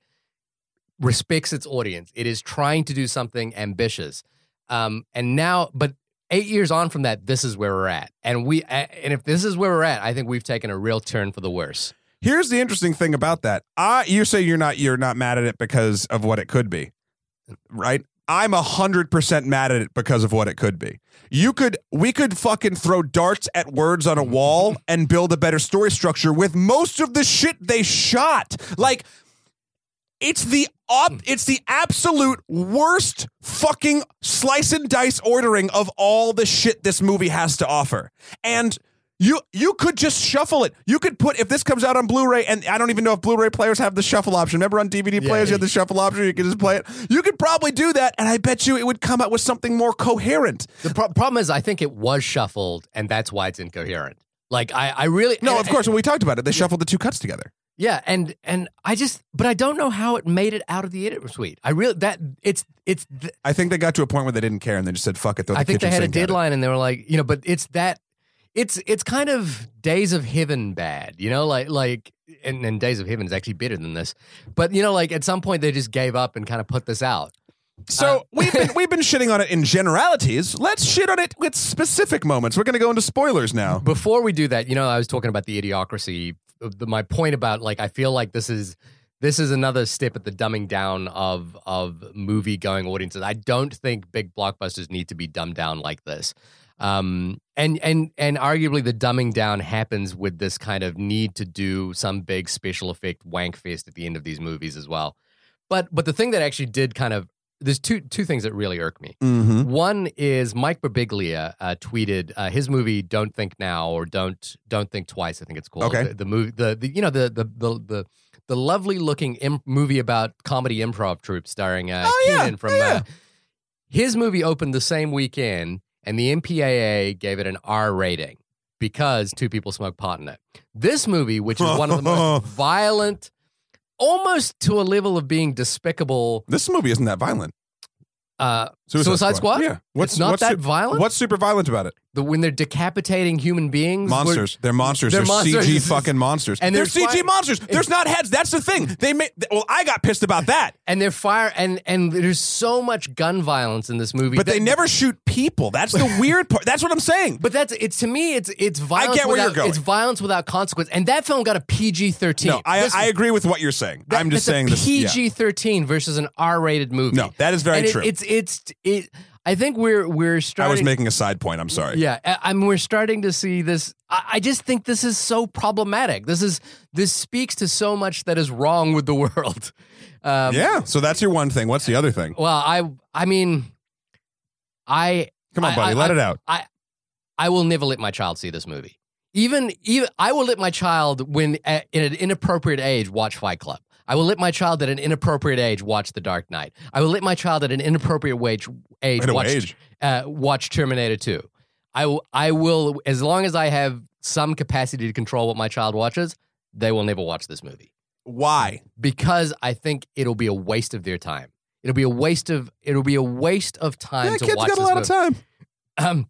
respects its audience. It is trying to do something ambitious. Um, and now, but eight years on from that, this is where we're at. And we, and if this is where we're at, I think we've taken a real turn for the worse. Here's the interesting thing about that. I you say you're not you're not mad at it because of what it could be. Right? I'm 100% mad at it because of what it could be. You could we could fucking throw darts at words on a [laughs] wall and build a better story structure with most of the shit they shot. Like it's the Hmm. op- it's the absolute worst fucking slice and dice ordering of all the shit this movie has to offer. And you you could just shuffle it. You could put if this comes out on Blu-ray, and I don't even know if Blu-ray players have the shuffle option. Remember on DVD Yeah. players you had the shuffle option, you could just play it. You could probably do that, and I bet you it would come out with something more coherent. The pro- problem is, I think it was shuffled, and that's why it's incoherent. Like I, I really No, and- of course, when we talked about it, they shuffled the two cuts together. yeah, and and I just, but I don't know how it made it out of the editor suite. I really that it's it's th- I think they got to a point where they didn't care and they just said, fuck it, throw the I think they kitchen had a sink at it. deadline and they were like, you know, but it's that it's it's kind of Days of Heaven bad, you know, like like and, and Days of Heaven is actually better than this. But you know, like at some point they just gave up and kind of put this out. So Uh, [laughs] we've been we've been shitting on it in generalities. Let's shit on it with specific moments. We're going to go into spoilers now. Before we do that, you know, I was talking about the idiocracy. The, my point about like, I feel like this is this is another step at the dumbing down of of movie going audiences. I don't think big blockbusters need to be dumbed down like this. Um, and and and arguably the dumbing down happens with this kind of need to do some big special effect wank fest at the end of these movies as well. But but the thing that actually did kind of there's two two things that really irk me. Mm-hmm. One is Mike Birbiglia uh, tweeted uh, his movie "Don't Think Now" or "Don't Don't Think Twice." I think it's called Okay. the, the movie. The, the you know the the the the, the lovely looking imp- movie about comedy improv troupe starring uh, Oh, yeah. Keenan from Yeah, yeah. uh, his movie opened the same weekend, and the MPAA gave it an R rating because two people smoke pot in it. This movie, which is one of [laughs] the most violent, almost to a level of being despicable, This movie isn't that violent. uh, Suicide Squad? Yeah. it's not what's that su- violent. What's super violent about it? the when they're decapitating human beings. we're- Monsters. They're monsters. They're, They're monsters. CG fucking monsters. And they're they're CG fi- monsters. There's not heads. That's the thing. They made. Well, I got pissed about that. and they're fire and and there's so much gun violence in this movie. But they that- never shoot people. That's [laughs] the weird part. That's what I'm saying. But that's it's to me it's it's violence. get where you're without, going. It's violence without consequence, and that film got a PG thirteen. No, I, I agree with what you're saying. I'm just saying this. yeah. PG thirteen versus an R rated movie. No, that is very And it- true. It's it's it. I think we're we're I starting. was making a side point. I'm sorry. Yeah, I- I'm. We're starting to see this. I, I just think this is so problematic. This is this speaks to so much that is wrong with the [laughs] world. Um, Yeah. So that's your one thing. What's the other thing? Well, I I mean, I Come on, I- buddy. I- let I- it out. I will never let my child see this movie. Even even I will let my child when at, at an inappropriate age watch Fight Club. I will let my child at an inappropriate age watch The Dark Knight. I will let my child at an inappropriate wage, age At a watch wage. Uh, watch Terminator Two. I will I will as long as I have some capacity to control what my child watches, they will never watch this movie Why? because I think it'll be a waste of their time. It'll be a waste of it'll be a waste of time Yeah, to kids watch got a this lot movie. of time. Um,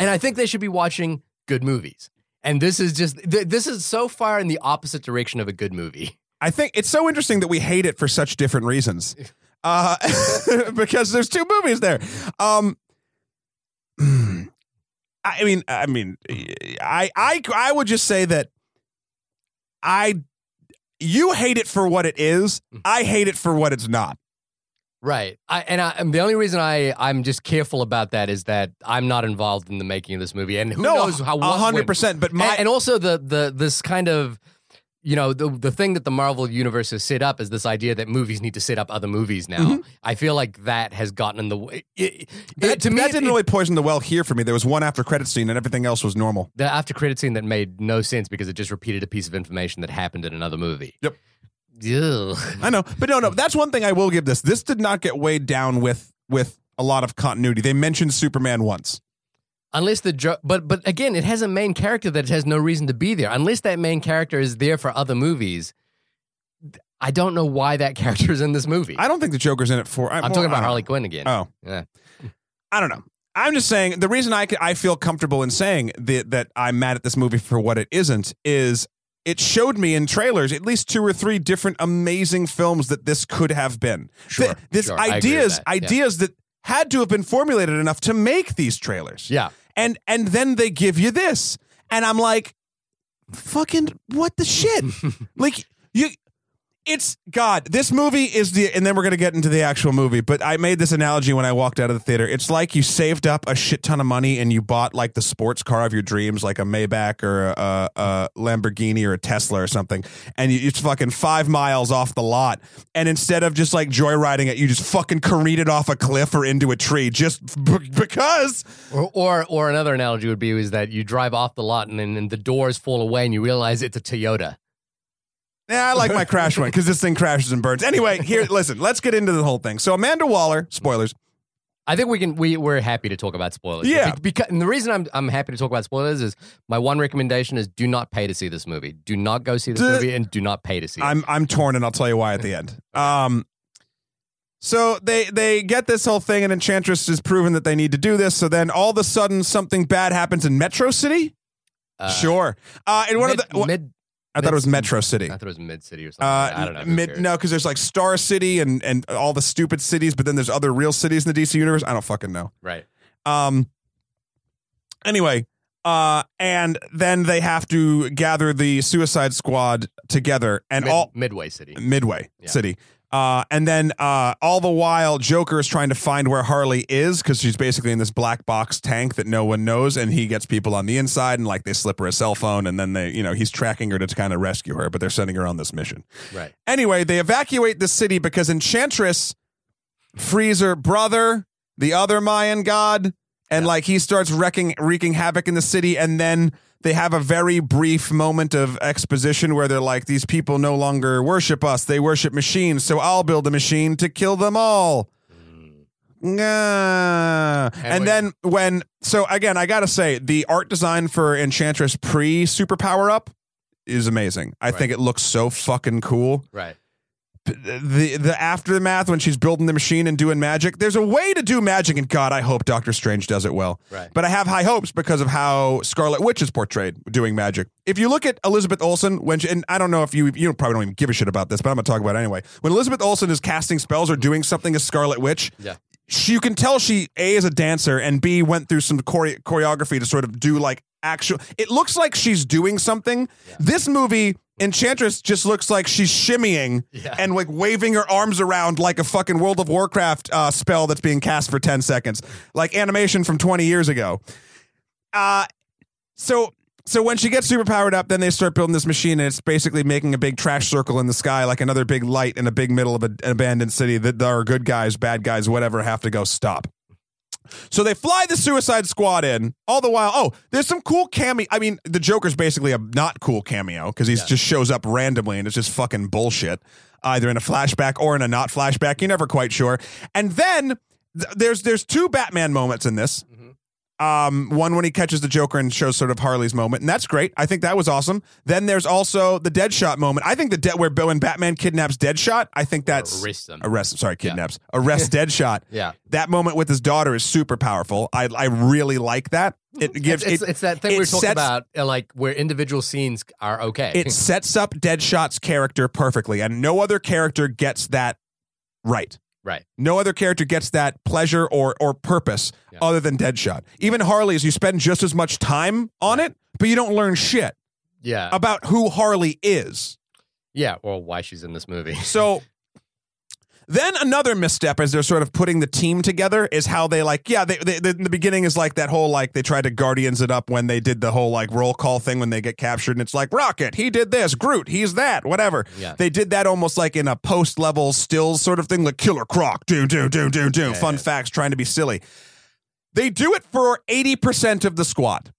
and I think they should be watching good movies. And this is just th- this is so far in the opposite direction of a good movie. [laughs] I think it's so interesting that we hate it for such different reasons. Uh, [laughs] because there's two movies there. Um, [clears throat] I mean, I mean, I, I, I would just say that I, you hate it for what it is. Mm. I hate it for what it's not. Right. I, and, I, and the only reason I I'm just careful about that is that I'm not involved in the making of this movie, and who no, knows how what hundred went. percent. But And, my, and also the the this kind of you know the the thing that the Marvel universe has set up is this idea that movies need to set up other movies now. I feel like that has gotten in the way. It, it- Mm-hmm. that, to me, that it- didn't really poison the well here for me. There was one after credit scene, and everything else was normal. the after credit scene that made no sense because it just repeated a piece of information that happened in another movie. Yep. [laughs] Ugh. I know, but no, no. That's one thing I will give this. This did not get weighed down with with a lot of continuity. They mentioned Superman once. Unless the jo- but but again, it has a main character that has no reason to be there. Unless that main character is there for other movies, th- I don't know why that [laughs] character is in this movie. I, I don't think the Joker's in it for. I, am talking about I Harley Quinn again. Oh, Yeah. I don't know. I'm just saying the reason I c- I feel comfortable in saying that that I'm mad at this movie for what it isn't is it showed me in trailers at least two or three different amazing films that this could have been. Sure, Th- this sure, I agree with ideas that, yeah. ideas that had to have been formulated enough to make these trailers. Yeah. and and then they give you this and i'm like fucking what the shit like you it's god this movie is the and then we're gonna get into the actual movie but i made this analogy when i walked out of the theater it's like you saved up a shit ton of money and you bought like the sports car of your dreams like a maybach or a, a, a lamborghini or a tesla or something and you, it's fucking five miles off the lot and instead of just like joyriding it you just fucking careened it off a cliff or into a tree just b- because Or, or or another analogy would be is that you drive off the lot and then and the doors fall away and you realize it's a Toyota. Yeah, I like [laughs] my crash one because this thing crashes and burns. Anyway, here, listen, let's get into the whole thing. So Amanda Waller, spoilers. I think we can we we're happy to talk about spoilers. Yeah. because and the reason I'm I'm happy to talk about spoilers is my one recommendation is do not pay to see this movie. Do not go see this Duh. movie and do not pay to see it. I'm I'm torn, and I'll tell you why at the end. Um, so they they get this whole thing, and Enchantress is proven that they need to do this. So then all of a sudden, something bad happens in Metro City. Uh, sure. Uh, and one mid, of the. wha- mid I thought it was Mid- Metro City. I thought it was Mid City or something. Uh, I don't know. Who Mid, cares? no, because there's like Star City and and all the stupid cities, but then there's other real cities in the DC universe. I don't fucking know. Right. Um. Anyway, uh, and then they have to gather the Suicide Squad together, and Mid- all Midway City. Midway Yeah. City. Uh, and then uh, all the while, Joker is trying to find where Harley is because she's basically in this black box tank that no one knows, and he gets people on the inside, and like they slip her a cell phone, and then they, you know, he's tracking her to kind of rescue her, but they're sending her on this mission. Right. Anyway, they evacuate the city because Enchantress frees her brother, the other Mayan god, and like he starts wrecking, wreaking havoc in the city. And then they have a very brief moment of exposition where they're like, these people no longer worship us, they worship machines. So I'll build a machine to kill them all. Mm, Nah. And when- then when, so again, I gotta say, the art design for Enchantress pre super power up is amazing. I Right. think it looks so fucking cool Right. the the aftermath when she's building the machine and doing magic. There's a way to do magic, and God, I hope Doctor Strange does it well. Right. But I have high hopes because of how Scarlet Witch is portrayed doing magic. If you look at Elizabeth Olsen when she, and I don't know if you you probably don't even give a shit about this, but I'm gonna talk about it anyway. When Elizabeth Olsen is casting spells or doing something as Scarlet Witch, Yeah. she, you can tell she a is a dancer and b went through some chore- choreography to sort of do like actual. It looks like she's doing something. This movie. Enchantress just looks like she's shimmying Yeah. and like waving her arms around like a fucking World of Warcraft uh, spell that's being cast for 10 seconds, like animation from 20 years ago. Uh, so so when she gets super powered up, then they start building this machine, and it's basically making a big trash circle in the sky, like another big light in the big middle of a- an abandoned city that there are good guys, bad guys, whatever, have to go stop. So they fly the Suicide Squad in. All the while, oh, there's some cool cameo. I mean, the Joker's basically a not cool cameo because he Yeah. just shows up randomly and it's just fucking bullshit, either in a flashback or in a not flashback. You're never quite sure. And then th- there's there's two Batman moments in this. Um, one when he catches the Joker and shows sort of Harley's moment, and that's great. I think that was awesome. Then there's also the Deadshot moment. I think the de- where Bo and Batman kidnaps Deadshot. I think that's Erase them. arrest. Sorry, kidnaps. Arrest Deadshot. Yeah. That moment with his daughter is super powerful. I I really like that. It gives It's, it's, it, it's that thing we it were talking sets- about, uh, like where individual scenes are okay. it sets up Deadshot's character perfectly, and no other character gets that right. right. No other character gets that pleasure or or purpose Yeah. other than Deadshot. Even Harley's, you spend just as much time on it, but you don't learn shit Yeah. about who Harley is. yeah. Or why she's in this movie. [laughs] So then another misstep as they're sort of putting the team together is how they like yeah they, they, they in the beginning is like that whole like they tried to guardians it up when they did the whole like roll call thing when they get captured and it's like rocket he did this groot he's that whatever Yeah. they did that almost like in a post level stills sort of thing like killer croc do do do do do Yeah, fun yeah. facts trying to be silly they do it for 80% of the squad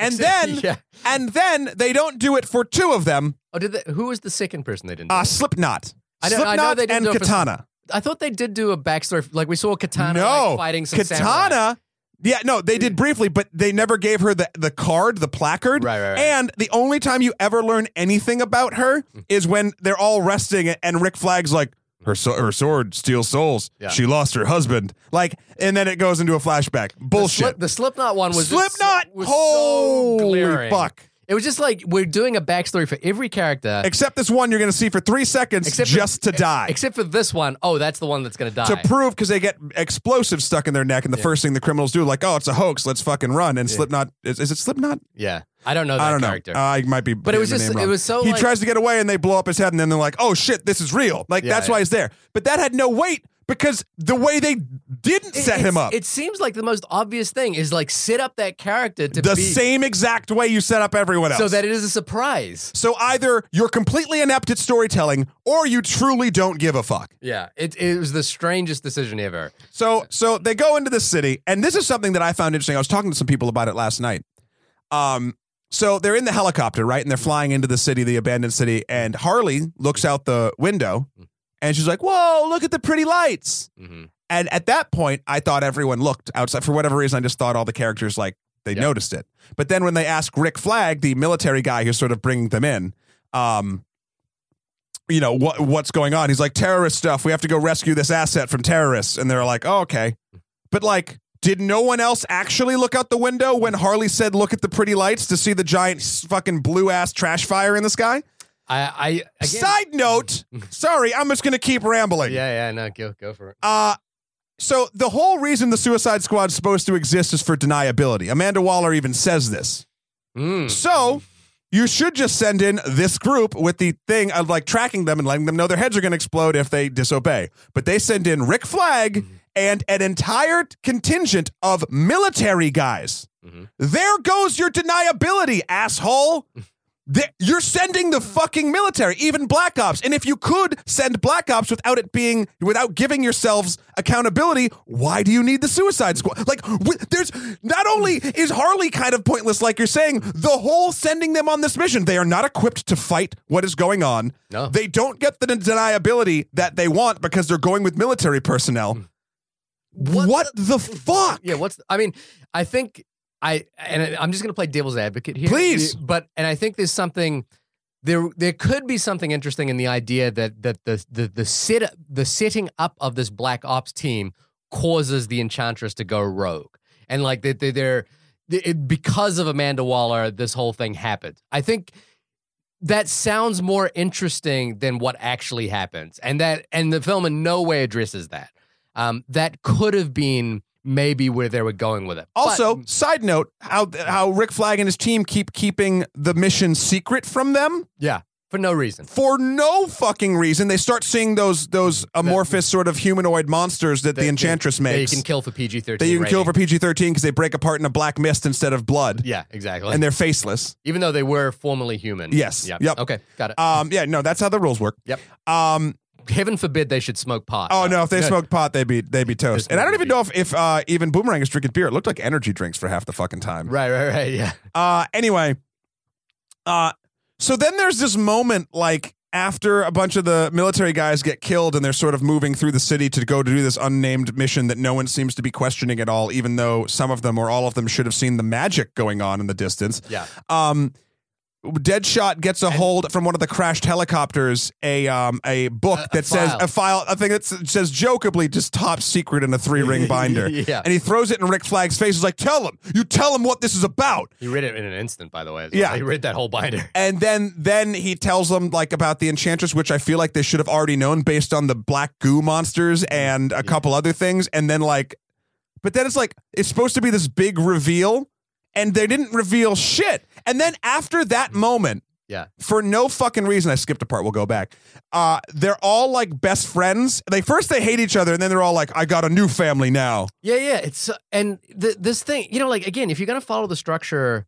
and then [laughs] yeah. and then they don't do it for two of them Oh, did they, who was the second person they didn't? do? uh slipknot I know- I know Slipknot they didn't and do it for- Katana. I thought they did do a backstory. Like we saw Katana No. like, fighting some Katana. samurai. Mm. Yeah, no, they did briefly, but they never gave her the, the card, the placard. Right, right, right. And the only time you ever learn anything about her Mm. is when they're all resting and Rick Flag's like, her, so- her sword steals souls. Yeah. She lost her husband. Like, and then it goes into a flashback. Bullshit. Slip, the Slipknot one was just- Slipknot. was so holy glaring. fuck. It was just like we're doing a backstory for every character, Except this one you're going to see for three seconds Except for- e just to die. except for this one. Oh, that's the one that's going to die. to prove because they get explosives stuck in their neck, and the first thing the criminals do, like, oh, it's a hoax, let's fucking run. And Slipknot is, is it Slipknot? yeah, I don't know that I don't character. know. Uh, I might be. But it was getting the just- name it wrong. was so, He like- tries to get away, and they blow up his head, and then they're like, "Oh shit, this is real." Like Yeah, that's yeah. why he's there. But that had no weight because the way they didn't It- set him it's- up, It seems like the most obvious thing is like set up that character to the be same exact way you set up everyone else. so that it is a surprise. So either you're completely inept at storytelling, or you truly don't give a fuck. Yeah, it, it was the strangest decision ever. So so they go into the city, and this is something that I found interesting. I was talking to some people about it last night. Um, so they're in the helicopter, right? And they're flying into the city, the abandoned city, and Harley looks out the window and she's like, Whoa, look at the pretty lights. Mm-hmm. And at that point, I thought everyone looked outside. For whatever reason, I just thought all the characters like they Yeah. noticed it. But then when they ask Rick Flag, the military guy who's sort of bringing them in, um, you know what what's going on? He's like terrorist stuff. We have to go rescue this asset from terrorists, and they're like, oh, okay. But like, Did no one else actually look out the window when Harley said, "Look at the pretty lights" to see the giant s- fucking blue ass trash fire in the sky? I, I again, Side [laughs] note. sorry, I'm just gonna keep rambling. yeah, yeah, no, go go for it. Uh so the whole reason the Suicide Squad's supposed to exist is for deniability. Amanda Waller even says this. Mm. So you should just send in this group with the thing of like tracking them and letting them know their heads are going to explode if they disobey. But they send in Rick Flag and an entire contingent of military guys. Mhm. There goes your deniability, asshole. Th- You're sending the fucking military, even Black Ops. And if you could send Black Ops without it being, without giving yourselves accountability, why do you need the Suicide Squad? Like, w- there's not only is Harley kind of pointless, like you're saying, the whole sending them on this mission, they are not equipped to fight what is going on. No. They don't get the deniability that they want because they're going with military personnel. What, the fuck? Yeah, what's I mean, I think I and I'm just gonna play devil's advocate here, Please. But and I think there's something there. There could be something interesting in the idea that that the the the sit the setting up of this black ops team causes the enchantress to go rogue, and like they they they're it, because of Amanda Waller, this whole thing happened. I think that sounds more interesting than what actually happens, and that and the film in no way addresses that. Um, that could have been maybe where they were going with it. But- Also, side note, how how Rick Flag and his team keep keeping the mission secret from them yeah, for no reason. for no fucking reason. They start seeing those those amorphous sort of humanoid monsters that the That- Enchantress that makes you can kill for PG thirteen. that you can kill for PG thirteen because they break apart into black mist instead of blood, Yeah, exactly. and they're faceless. Even though they were formerly human. Yes. Yep. Yep. Okay. Got it. Um, yeah, no, that's how the rules work. Yep. Um, Heaven forbid they should smoke pot. oh no, if they Good. smoked pot, they'd be they'd be toast. This And I don't would even be- know if if uh, even Boomerang is drinking beer. It looked like energy drinks for half the fucking time. Right. Right. Right. Yeah. Uh anyway, uh so then there's this moment like after a bunch of the military guys get killed and they're sort of moving through the city to go to do this unnamed mission that no one seems to be questioning at all even though some of them or all of them should have seen the magic going on in the distance. Yeah. Um Deadshot gets a hold from one of the crashed helicopters a um a book A- a that says file. a file a thing that s- says jokably just top secret in a three [laughs] ring binder yeah. and he throws it in Rick Flag's face. He's like, "Tell him, you tell him what this is about." He read it in an instant, by the way. as Yeah. He read that whole binder. And then then he tells them like about the enchantress, which I feel like they should have already known based on the black goo monsters and a couple other things. And then like, but then it's like it's supposed to be this big reveal, and they didn't reveal shit. And then after that moment. Yeah. For no fucking reason, I skipped a part. We'll go back. Uh, they're all like best friends. They first they hate each other, and then they're all like, "I got a new family now." Yeah, yeah. It's uh, and th- this thing, you know, like again, if you're gonna follow the structure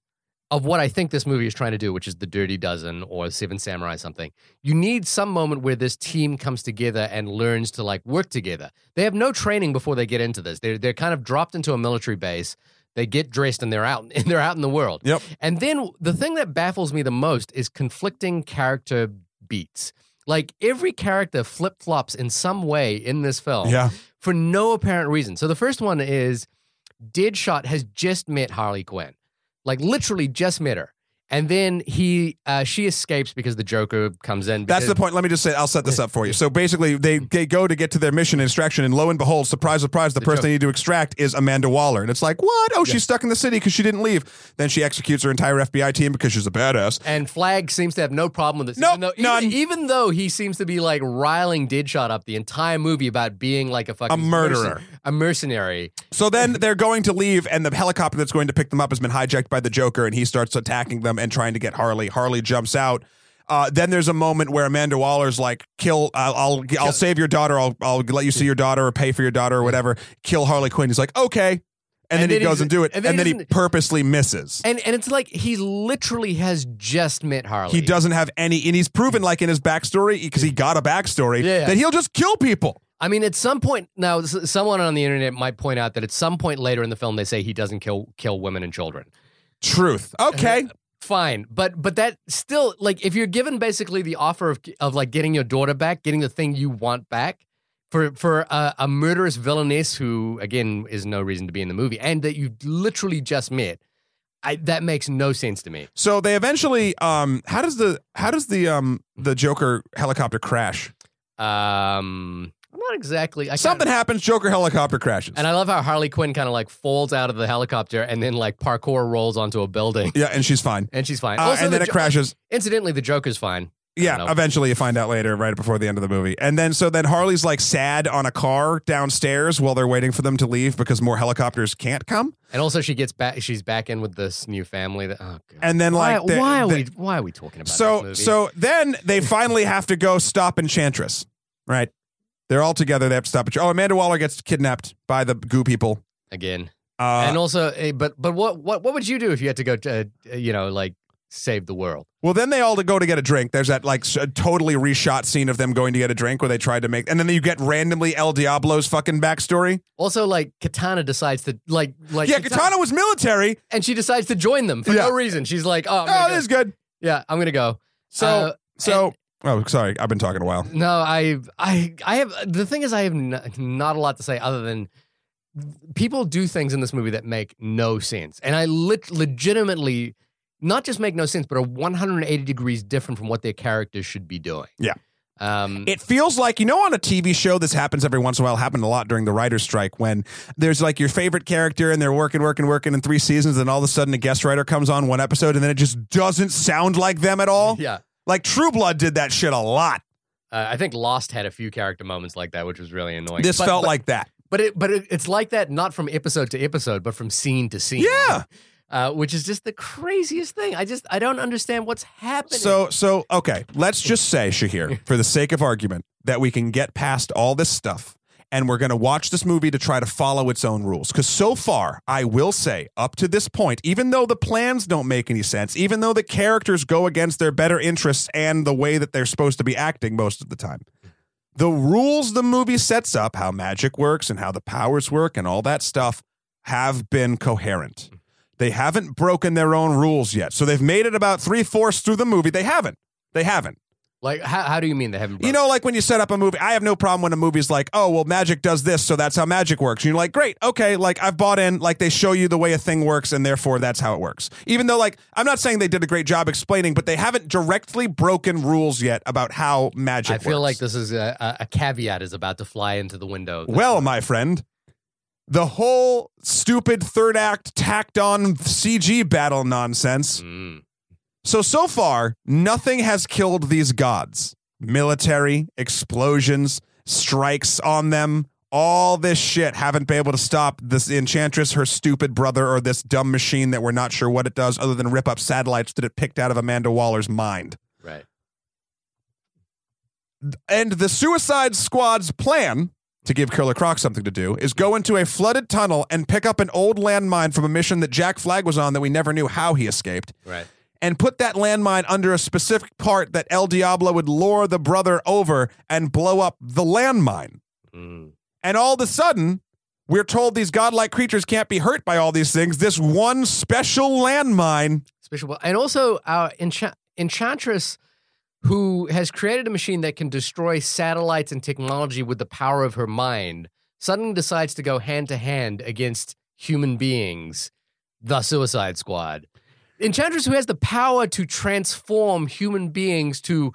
of what I think this movie is trying to do, which is the Dirty Dozen or Seven Samurai something, you need some moment where this team comes together and learns to like work together. They have no training before they get into this. They're they're kind of dropped into a military base. They get dressed and they're out [laughs] and they're out in the world. Yep. And then the thing that baffles me the most is conflicting character beats. Like every character flip flops in some way in this film Yeah. for no apparent reason. So the first one is Deadshot has just met Harley Quinn, like literally just met her, and then he uh, she escapes because the Joker comes in. That's the because- point. Let me just say, I'll set this up for you. So basically, they, they go to get to their mission extraction, and lo and behold, surprise, surprise, the person they need to extract is Amanda Waller. And it's like, what? Oh, she's stuck in the city because she didn't leave. Then she executes her entire FBI team because she's a badass. And Flag seems to have no problem with this. Nope, even, though, none. even, even though he seems to be like riling Deadshot up the entire movie about being like a fucking A murderer. mercen- a mercenary. So then they're going to leave, and the helicopter that's going to pick them up has been hijacked by the Joker, and he starts attacking them and trying to get Harley. Harley jumps out. Uh, then there's a moment where Amanda Waller's like, "Kill, I'll, I'll, I'll save your daughter. I'll, I'll let you see your daughter, or pay for your daughter, or whatever. Kill Harley Quinn." He's like, "Okay," and, then, he he's- goes and do it, and then, he, doesn't- purposely misses. And and it's like he literally has just met Harley. He doesn't have any, and he's proven like in his backstory because he got a backstory Yeah, yeah. that he'll just kill people. I mean, at some point now, s- someone on the internet might point out that at some point later in the film, they say he doesn't kill kill women and children. Truth. Okay. Fine, but but that still like if you're given basically the offer of of like getting your daughter back, getting the thing you want back for for a, a murderous villainess who again is no reason to be in the movie, and that you literally just met, I, that makes no sense to me. So they eventually, um, how does the how does the um the Joker helicopter crash? Um, I'm not exactly. I kinda- Something happens. Joker helicopter crashes. and I love how Harley Quinn kind of like folds out of the helicopter and then like parkour rolls onto a building, [laughs] yeah, and she's fine. and she's fine. Uh, also, and the then it Jo- crashes. Incidentally, the Joker's fine. I don't Yeah, know. eventually you find out later, right before the end of the movie. And then so then Harley's like sad on a car downstairs while they're waiting for them to leave because more helicopters can't come. And also, she gets back. She's back in with this new family. That oh god. And then why, like the- why are the- we why are we talking about so This movie? so then they finally have to go stop Enchantress, right? They're all together. They have to stop. Enchant- Oh, Amanda Waller gets kidnapped by the goo people. again, Uh, and also, eh, but but what what what would you do if you had to go to uh, you know like save the world? well, then they all to go to get a drink. There's that like s- totally reshot scene of them going to get a drink where they tried to make, and then you get randomly El Diablo's fucking backstory. Also, like Katana decides to like like yeah, Katana was military. and she decides to join them for Yeah. no reason. She's like, oh, I'm gonna Oh, go. this is good. yeah, I'm gonna go. So Uh, So, oh, sorry, I've been talking a while. no, I I I have the thing is I have n- not a lot to say other than people do things in this movie that make no sense, and I lit- legitimately not just make no sense, but are 180 degrees different from what their characters should be doing. Yeah. Um, It feels like you know on a TV show this happens every once in a while. Happened a lot during the writer's strike when there's like your favorite character and they're working, working, working in three seasons, and all of a sudden a guest writer comes on one episode and then it just doesn't sound like them at all. yeah. Like True Blood did that shit a lot. Uh, I think Lost had a few character moments like that, which was really annoying. This But- felt but- like that. but it, but it, it's like that not from episode to episode, but from scene to scene. Yeah. uh, which is just the craziest thing. I just I don't understand what's happening. So so okay, let's just say Shahir, for the sake of argument, that we can get past all this stuff and we're going to watch this movie to try to follow its own rules cuz so far I will say up to this point even though the plans don't make any sense, even though the characters go against their better interests and the way that they're supposed to be acting most of the time. The rules the movie sets up, how magic works and how the powers work and all that stuff have been coherent. They haven't broken their own rules yet. So they've made it about three fourths through the movie. They haven't. They haven't. like, how, how do you mean they haven't? You know, like when you set up a movie, I have no problem when a movie's like, oh, well, magic does this, so that's how magic works. And you're like, great, okay, like I've bought in, like they show you the way a thing works, and therefore that's how it works. Even though, like, I'm not saying they did a great job explaining, but they haven't directly broken rules yet about how magic I feel works. like this is a, a, a caveat is about to fly into the window. of this Well, one. my friend, the whole stupid third act tacked on CG battle nonsense. Mm. So, so far, nothing has killed these gods. Military, explosions, strikes on them, all this shit haven't been able to stop this enchantress, her stupid brother, or this dumb machine that we're not sure what it does other than rip up satellites that it picked out of Amanda Waller's mind. right. And the Suicide Squad's plan, to give Killer Croc something to do, is go into a flooded tunnel and pick up an old landmine from a mission that Jack Flag was on that we never knew how he escaped. Right. and put that landmine under a specific part that El Diablo would lure the brother over and blow up the landmine. Mm. And all of a sudden, we're told these godlike creatures can't be hurt by all these things. This one special landmine. Special. And also, our encha- enchantress, who has created a machine that can destroy satellites and technology with the power of her mind, suddenly decides to go hand to hand against human beings, the Suicide Squad. Enchantress, who has the power to transform human beings to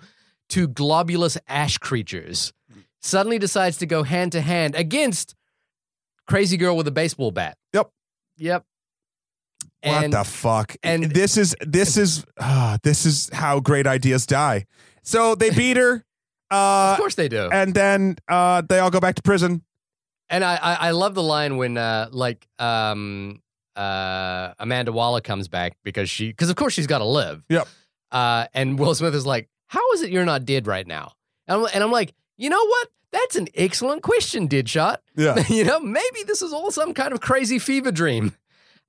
to globulous ash creatures, suddenly decides to go hand to hand against crazy girl with a baseball bat. Yep. Yep. What And- the fuck? and- And this is this is ah, this is how great ideas die. So [laughs] they beat her, of uh, course they do. and then uh, they all go back to prison. And I, I, I love the line when uh, like um, uh, Amanda Waller comes back because she because of course she's got to live. Yep. Uh, and Will Smith is like, "How is it you're not dead right now?" And I'm, and I'm like, "You know what? That's an excellent question, Deadshot. [laughs] Yeah, but you know, maybe this is all some kind of crazy fever dream."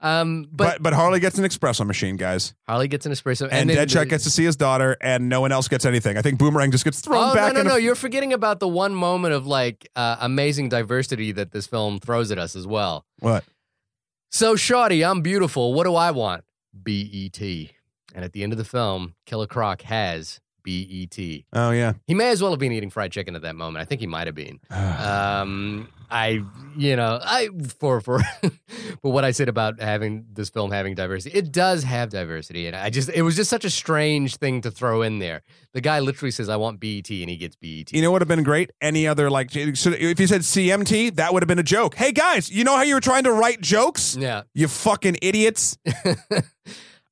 Um, but, but, Harley gets an espresso machine, guys, Harley gets an espresso, and, and, then Deadshot the- gets to see his daughter, and no one else gets anything. I think Boomerang just gets thrown Oh back. no, in no, a no! You're forgetting about the one moment of like uh, amazing diversity that this film throws at us as well. What? So, Shawty, I'm E beautiful. What do I want? BET. And at the end of the film, Killer Croc has BET. He Oh yeah. may as well have been eating fried chicken at that moment. I think he might [sighs] have been. Um, I, you know, I for for, [laughs] but what I said about having this film having diversity, it does have diversity, and I just it was just such a strange thing to throw in there. The guy literally says, "I want BET," and he gets E BET. you know what would have been great? Any other like so if you said CMT, that would have been a joke. Hey guys, you know how you were trying to write jokes? yeah. You fucking idiots.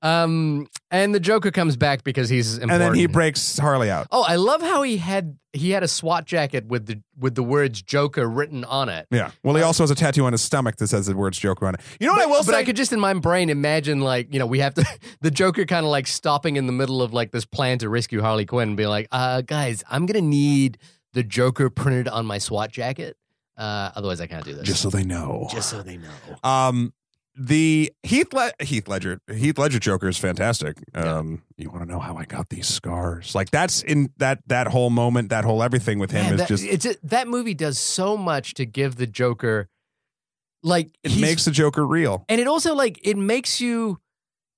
um, and the Joker comes back because he's And important. then he breaks Harley out. Oh, I love how he had he had a SWAT jacket with the with the words Joker written on it. Yeah. Well, he also has a tattoo on his stomach that says the words Joker on it. You know what I will Uh, but say? I could just in my brain imagine like you know we have to [laughs] the Joker kind of like stopping in the middle of like this plan to rescue Harley Quinn and be like, uh, guys, I'm gonna need the Joker printed on my SWAT jacket. Uh, otherwise, I can't do this. Just so they know. Just so they know. Um, the Heath Le- Heath Ledger Heath Ledger Joker is fantastic. Um, you want to know how I got these scars? Like that's in that that whole moment, that whole everything with him Man, is that, just it's that movie does so much to give the Joker like it he's makes the Joker real. and it also like it makes you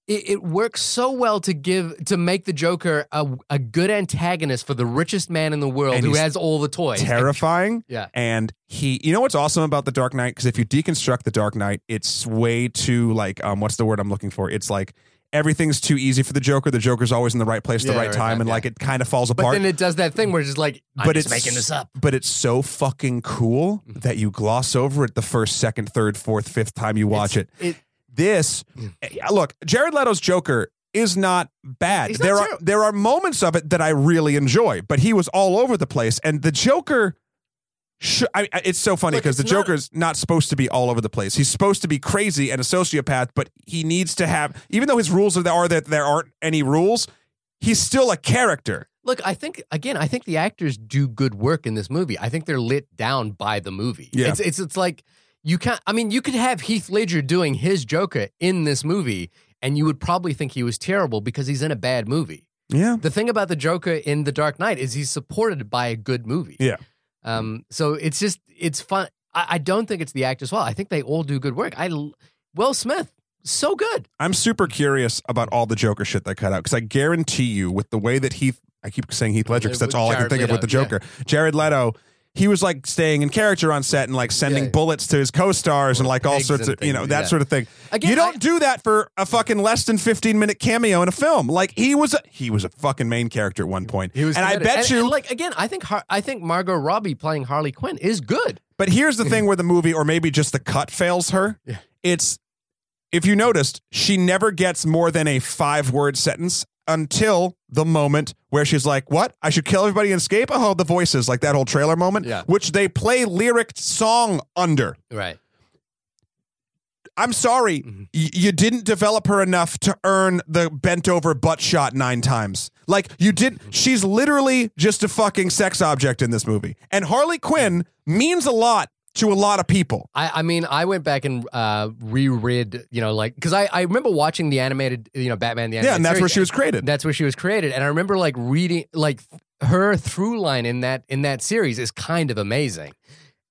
it, it works so well to give to make the joker a, a good antagonist for the richest man in the world And who he's has all the toys Terrifying. yeah And he, you know what's awesome about the Dark Knight? Because if you deconstruct the Dark Knight, it's way too like, um, what's the word I'm looking for? It's like everything's too easy for the Joker. The Joker's always in the right place, at the Yeah, right right, time, right, and yeah. like it kind of falls but apart. then it does that thing where it's just like I'm But just it's- making this up but it's so fucking cool Mm-hmm. that you gloss over it the first, second, third, fourth, fifth time you watch it. It's- it This, eh, look, Jared Leto's Joker is not bad. He's not there are terrible. there are moments of it that I really enjoy, but he was all over the place, and the Joker. Sh- I, I- it's so funny Look, because the it's not- Joker's not supposed to be all over the place. He's supposed to be crazy and a sociopath, but he needs to have. Even though his rules are there are that there aren't any rules, he's still a character. look i think again i think the actors do good work in this movie i think they're lit down by the movie Yeah. it's it's, it's like you can't i mean you could have heath ledger doing his joker in this movie and you would probably think he was terrible because he's in a bad movie Yeah, the thing about the Joker in The Dark Knight is he's supported by a good movie. Yeah. Um. So it's just it's fun. I, I don't think it's the act as well. I think they all do good work. I l- Will Smith so good. I'm super curious about all the Joker shit they cut out because I guarantee you, with the way that Heath, I keep saying Heath Ledger because that's With all I can Jared think of with the Leto, yeah. Joker. Jared Leto, he was like staying in character on set and like sending Yeah. bullets to his co-stars and like all pigs sorts and of you know things, that yeah. sort of thing. Again, you don't I- do that for a fucking less than 15 minute cameo in a film. Like he was, a, he was a fucking main character at one point. He was and I committed. bet And- you, and, like again. I think Har- I think Margot Robbie playing Harley Quinn is good. But here's [laughs] the thing where the movie, or maybe just the cut, fails her. Yeah. It's if you noticed, she never gets more than a five word sentence until the moment where she's like, What? I should kill everybody and escape? Oh, the voices, like that whole trailer moment, Yeah. which they play lyric song under. Right. I'm sorry, Mhm. y- you didn't develop her enough to earn the bent over butt shot nine times. Like you did, Mm-hmm. she's literally just a fucking sex object in this movie. And Harley Quinn means a lot to a lot of people. I, I mean, I went back and uh, reread, you know, like because I, I remember watching the animated, you know, Batman the animated. Yeah, and that's where series, she was created. That's where she was created, and I remember like reading like th- her through line in that in that series is kind of amazing,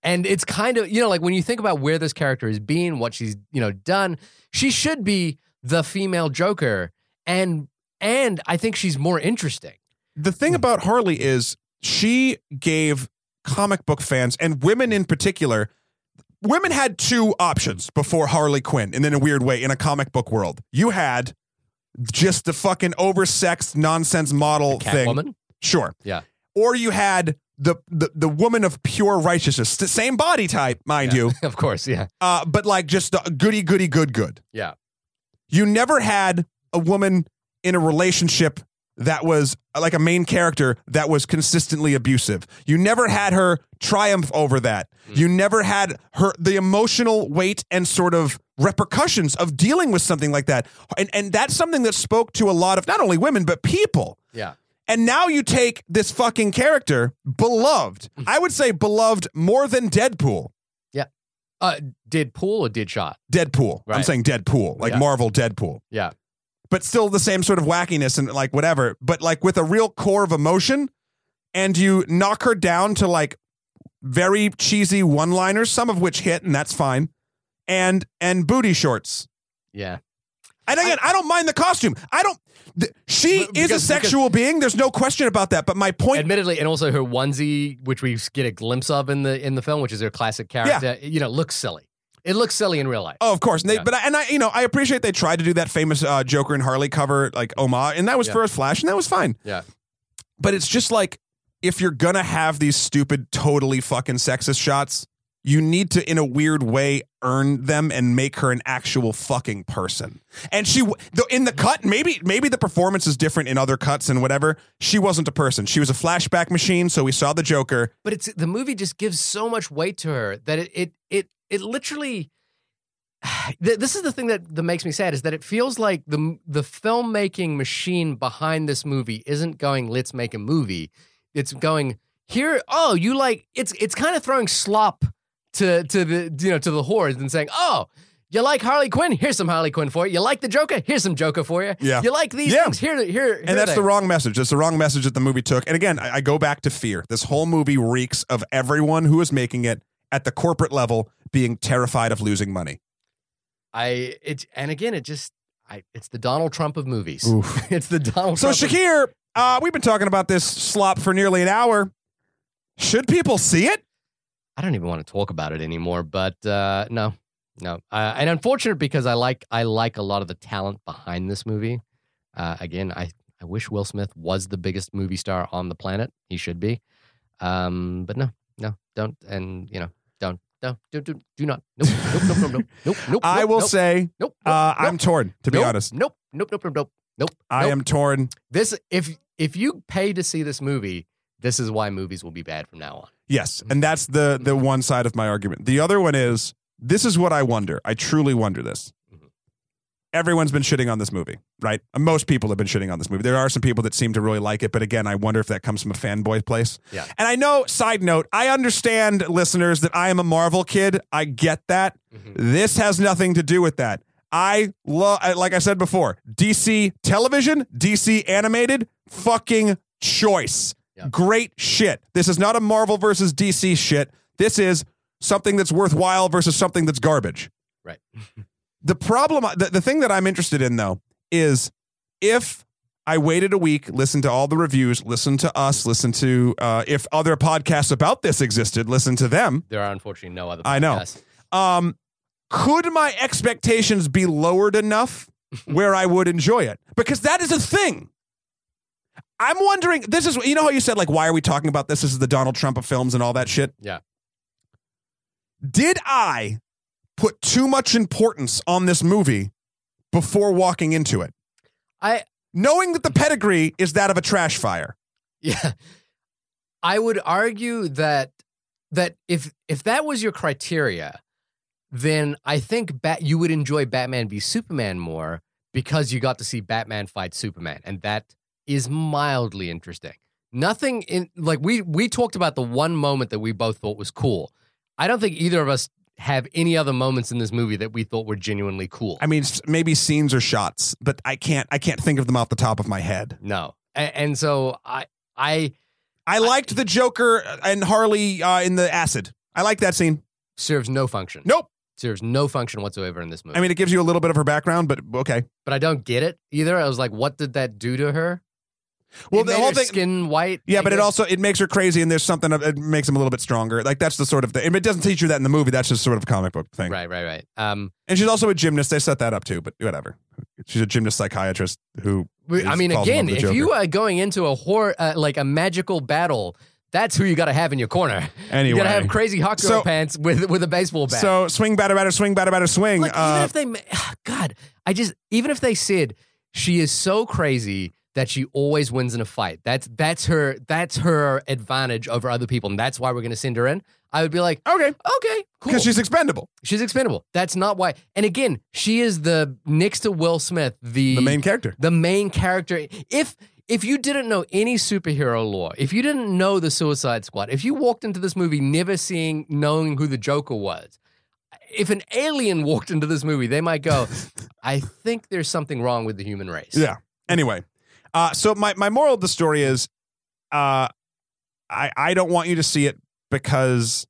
and it's kind of you know like when you think about where this character has been, what she's you know done, she should be the female Joker, and and I think she's more interesting. the thing Hmm. about Harley is she gave comic book fans and women in particular women had two options before Harley Quinn and in a weird way in a comic book world. You had just the fucking oversexed nonsense model thing. Catwoman, Sure. Yeah. Or you had the, the the woman of pure righteousness, the same body type, mind Yeah. you, [laughs] of course, yeah, uh, but like just the goody goody good good. Yeah. You never had a woman in a relationship that was uh, like a main character that was consistently abusive. You never had her triumph over that. Mm. You never had her the emotional weight and sort of repercussions of dealing with something like that. And and that's something that spoke to a lot of not only women but people. yeah. And now you take this fucking character, beloved. Hmm. I would say beloved more than Deadpool. Uh, did Pool or did Shot? Deadpool. I'm Right. saying Deadpool, like Yeah. Marvel Deadpool. Yeah. But still the same sort of wackiness and like whatever, but like with a real core of emotion. And you knock her down to like very cheesy one liners, some of which hit, and that's fine. And and booty shorts. Yeah. And again, I, don't mind the costume. I don't. th- she Be- is a because- sexual being. There's no question about that. But my point. Admittedly, and also her onesie, which we get a glimpse of in the in the film, which is her classic character, you know, looks silly. It looks silly in real life. Oh, of course. And they, Yeah. But I, and I, you know, I appreciate they tried to do that famous uh, Joker and Harley cover, like Oma, and that was Yeah. first Flash, and that was fine. Yeah. But it's just like if you're gonna have these stupid, totally fucking sexist shots, you need to, in a weird way, earn them and make her an actual fucking person. And she, w- though, in the cut, maybe maybe the performance is different in other cuts and whatever. She wasn't a person. She was a flashback machine. So we saw the Joker. But it's the movie just gives so much weight to her that it it it, it literally [sighs] Th- this is the thing that, that makes me sad is that it feels like the the filmmaking machine behind this movie isn't going let's make a movie it's going here oh you like it's it's kind of throwing slop to to the you know to the hordes and saying oh you like Harley Quinn? Here's some Harley Quinn for you. You like the Joker? Here's some Joker for you. Yeah. You like these Yeah. things? Here, here, And that's the wrong message. That's the wrong message that the movie took. And again, I, I go back to fear. This whole movie reeks of everyone who is making it at the corporate level being terrified of losing money. I it and again it just I it's the Donald Trump of movies. Oof. [laughs] It's the Donald So Trump. of- Shakir, uh, we've been talking about this slop for nearly an hour. Should people see it? I don't even want to talk about it anymore. But uh, no, no, uh, and unfortunate because I like I like a lot of the talent behind this movie. Uh, again, I I wish Will Smith was the biggest movie star on the planet. He should be, um, but no, no, don't, and you know, don't, no, do, do, do not, nope, nope, nope, nope, nope, nope, nope. I nope, will nope, say nope, nope, uh, nope, I'm torn. To be nope, honest, nope, nope, nope, nope, nope, nope. I nope. am torn. This if if you pay to see this movie, this is why movies will be bad from now on. Yes, and that's the the one side of my argument. The other one is this is what I wonder. I truly wonder this. Mhm. Everyone's been shitting on this movie, right? And Most people have been shitting on this movie. There are some people that seem to really like it, but again, I wonder if that comes from a fanboy place. Yeah. And I know, side note, I understand listeners that I am a Marvel kid. I get that. This has nothing to do with that. I love, like I said before, DC television, DC animated, fucking choice. Yeah. Great shit. This is not a Marvel versus DC shit. This is something that's worthwhile versus something that's garbage. Right. [laughs] the problem, the, the thing that I'm interested in though is if I waited a week, listened to all the reviews, listened to us, listened to uh, if other podcasts about this existed, listened to them. There are unfortunately no other. I know. podcasts. [laughs] um, could my expectations be lowered [laughs] enough where I would enjoy it? Because that is a thing. I'm wondering, this is, you know how you said, like, why are we talking about this? This is the Donald Trump of films and all that shit. Yeah. Did I put too much importance on this movie before walking into it? I Knowing that the pedigree is that of a trash fire. yeah, I would argue that that if if that was your criteria, then I think Bat you would enjoy Batman v Superman more because you got to see Batman fight Superman, and that is mildly interesting. Nothing in like we we talked about the one moment that we both thought was cool. I don't think either of us have any other moments in this movie that we thought were genuinely cool. I mean, s- maybe scenes or shots, but I can't, I can't think of them off the top of my head. no, A- and so I I I liked the Joker and Harley uh, in the acid. I like that scene. serves no function. Nope. serves no function whatsoever in this movie. I mean, it gives you a little bit of her background, but okay. but I don't get it either. I was like, what did that do to her? Well, It the made whole her thing. skin white. yeah, I but it guess. also it makes her crazy, and there's something of- it makes him a little bit stronger. Like that's the sort of thing. It doesn't teach you that in the movie. That's just sort of a comic book thing. right, right, right. Um, And she's also a gymnast. They set that up too, but whatever. She's a gymnast psychiatrist who. we- I He's falls mean, in love again, with if the you Joker. are going into a horror, uh, like a magical battle, that's who you got to have in your corner. Anyway, You got to have crazy hot girl So- pants with with a baseball bat. so swing batter batter swing batter batter swing. Look, even uh, if they, ma- [sighs] God, I just even if they said she is so crazy that she always wins in a fight. That's that's her that's her advantage over other people, and that's why we're going to send her in. I would be like, okay, okay, cool. because she's expendable, She's expendable. That's not why. And again, she is the next to Will Smith, the the main character. the main character. If if you didn't know any superhero lore, if you didn't know the Suicide Squad, if you walked into this movie never seeing knowing who the Joker was, if an alien walked into this movie, they [laughs] might go, "I think there's something wrong with the human race." Yeah. Anyway, uh, so my, my moral of the story is, uh, I I don't want you to see it because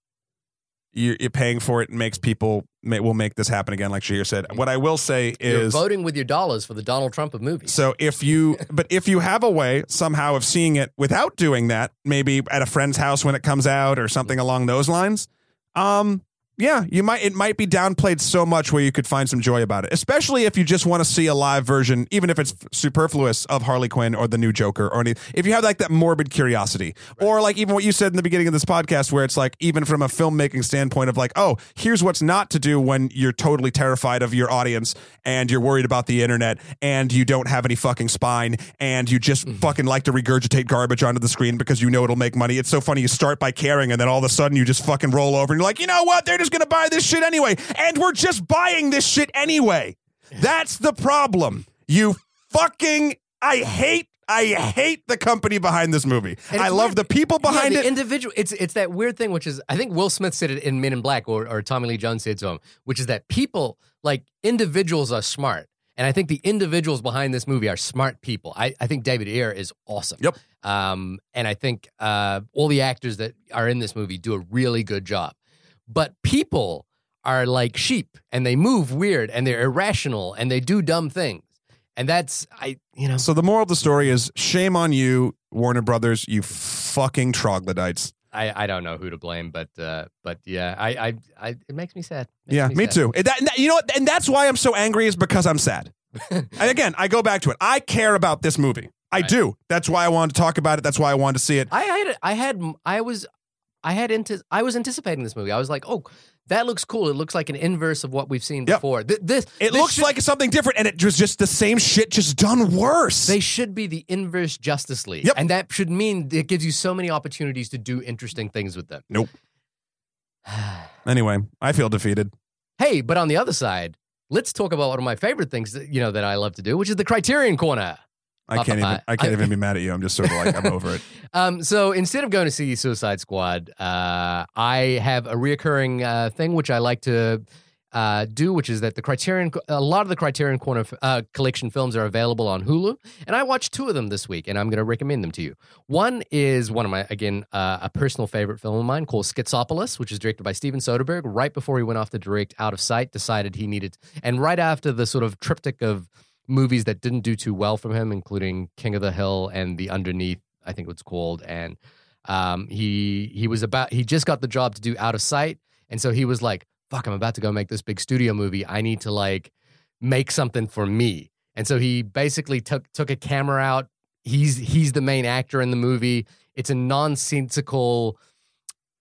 you're, you're paying for it and makes people may, will make this happen again, like Shahir said. What I will say You're is voting with your dollars for the Donald Trump of [laughs] movies. so if you, but if you have a way somehow of seeing it without doing that, maybe at a friend's house when it comes out or something along those lines, um, yeah, you might it might be downplayed so much where you could find some joy about it, especially if you just want to see a live version, even if it's superfluous of Harley Quinn or the new Joker or any. If you have like that morbid curiosity, or like even what you said in the beginning of this podcast, where it's like even from a filmmaking standpoint of like, oh, here's what's not to do when you're totally terrified of your audience and you're worried about the internet and you don't have any fucking spine and you just Mm-hmm. fucking like to regurgitate garbage onto the screen because you know it'll make money. It's so funny. You start by caring and then all of a sudden you just fucking roll over and you're like, you know what? They're just going to buy this shit anyway. And we're just buying this shit anyway. That's the problem. You fucking, I hate. I hate the company behind this movie. And I it's love weird. the people behind yeah, the it. individual. It's it's that weird thing, which is I think Will Smith said it in Men in Black, or, or Tommy Lee Jones said it to him, which is that people like individuals are smart, and I think the individuals behind this movie are smart people. I, I think David Ayer is awesome. Yep. Um, and I think uh, all the actors that are in this movie do a really good job, but people are like sheep, and they move weird, and they're irrational, and they do dumb things, and that's I you know So the moral of the story is shame on you, Warner Brothers, you fucking troglodytes. I, I don't know who to blame, but uh, but yeah, I, I, I it makes me sad. Makes Yeah, me sad. too. And that- and that- you know what? And that's why I'm so angry is because I'm [laughs] sad. and again, I go back to it. I care about this movie. I Right. do. That's why I wanted to talk about it. That's why I wanted to see it. I had I had I was I had into I was anticipating this movie. I was like, oh, that looks cool. It looks like an inverse of what we've seen Yep. before. Th- this It this looks should- like something different, and it was just the same shit, just done worse. they should be the inverse Justice League, Yep. and that should mean it gives you so many opportunities to do interesting things with them. Nope. anyway, I feel defeated. [sighs] hey, but on the other side, let's talk about one of my favorite things that you know that I love to do, which is the Criterion Corner. I Papa can't even. Pie. I can't even be mad at you. I'm just sort of like I'm over it. Um, so instead of going to see Suicide Squad, uh, I have a reoccurring uh, thing which I like to uh, do, which is that the Criterion, a lot of the Criterion Corner uh, collection films are available on Hulu, and I watched two of them this week, and I'm going to recommend them to you. One is one of my again uh, a personal favorite film of mine called Schizopolis, which is directed by Steven Soderbergh. Right before he went off to direct Out of Sight, decided he needed, and right after the sort of triptych of movies that didn't do too well from him, including King of the Hill and The Underneath, I think it's called. And um, he he was about he just got the job to do Out of Sight, and so he was like, "Fuck, I'm about to go make this big studio movie. I need to like make something for me." And so he basically took took a camera out. He's he's the main actor in the movie. It's a nonsensical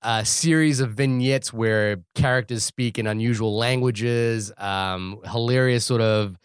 a series of vignettes where characters speak in unusual languages, um, hilarious sort of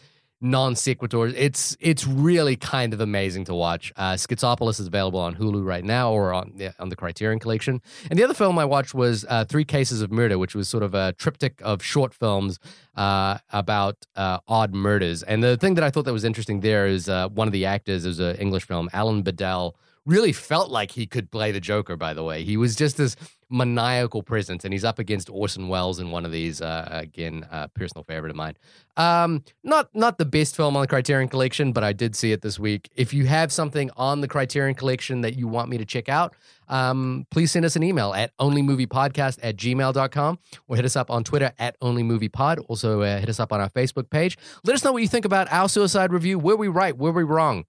non sequiturs. It's it's really kind of amazing to watch. Uh, Schizopolis is available on Hulu right now or on yeah, on the Criterion Collection. And the other film I watched was uh, Three Cases of Murder, which was sort of a triptych of short films uh, about uh, odd murders. And the thing that I thought that was interesting there is uh, one of the actors is an English film, Alan Bedell. Really felt like he could play the Joker. By the way, he was just this maniacal presence, and he's up against Orson Welles in one of these. Uh, again, uh, personal favorite of mine. Um, not not the best film on the Criterion Collection, but I did see it this week. If you have something on the Criterion Collection that you want me to check out, um, please send us an email at onlymoviepodcast at gmail.com or hit us up on Twitter at onlymoviepod. Also, uh, hit us up on our Facebook page. Let us know what you think about our suicide review. Were we right? Were we wrong?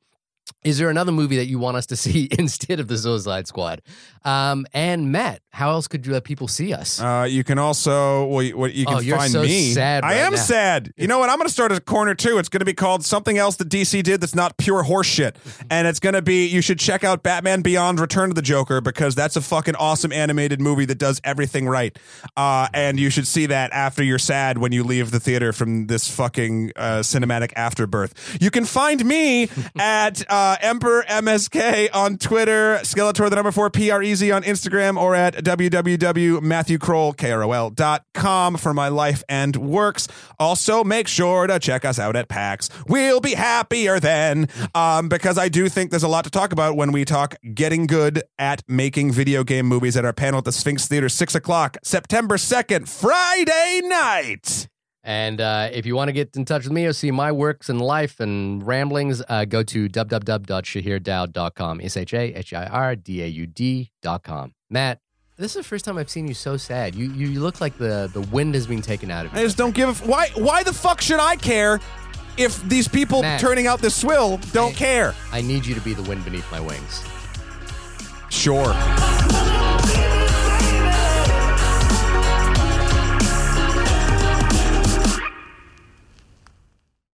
Is there another movie that you want us to [laughs] see instead of the Suicide Squad? Um, and Matt, how else could you let people see us? Uh, you can also well, you, well, you can Oh, you're find so me. sad I right am now. sad. You know what? I'm going to start a corner too. It's going to be called something else that DC did that's not pure [laughs] horseshit, and it's going to be you should check out Batman Beyond: Return of the Joker because that's a fucking awesome animated movie that does everything right, uh, and you should see that after you're sad when you leave the theater from this fucking uh, cinematic afterbirth. You can find [laughs] me at uh, Emperor MSK on Twitter, Skeletor the number four P R E Z on Instagram, or at www.matthewcroll.com for my life and works. Also, make sure to check us out at PAX. We'll be happier then, um, because I do think there's a lot to talk about when we talk getting good at making video game movies at our panel at the Sphinx Theater, six o'clock, September second, Friday night. And uh, if you want to get in touch with me or see my works and life and ramblings, uh, go to www.shahirdaud.com. S H A H I R D A U D.com. Matt, This is the first time I've seen you so sad. You you, you look like the, the wind has been taken out of I you. just don't give a f- why. Why the fuck should I care if these people Matt. turning out this swill don't care? I need you to be the wind beneath my wings. Sure. Come on,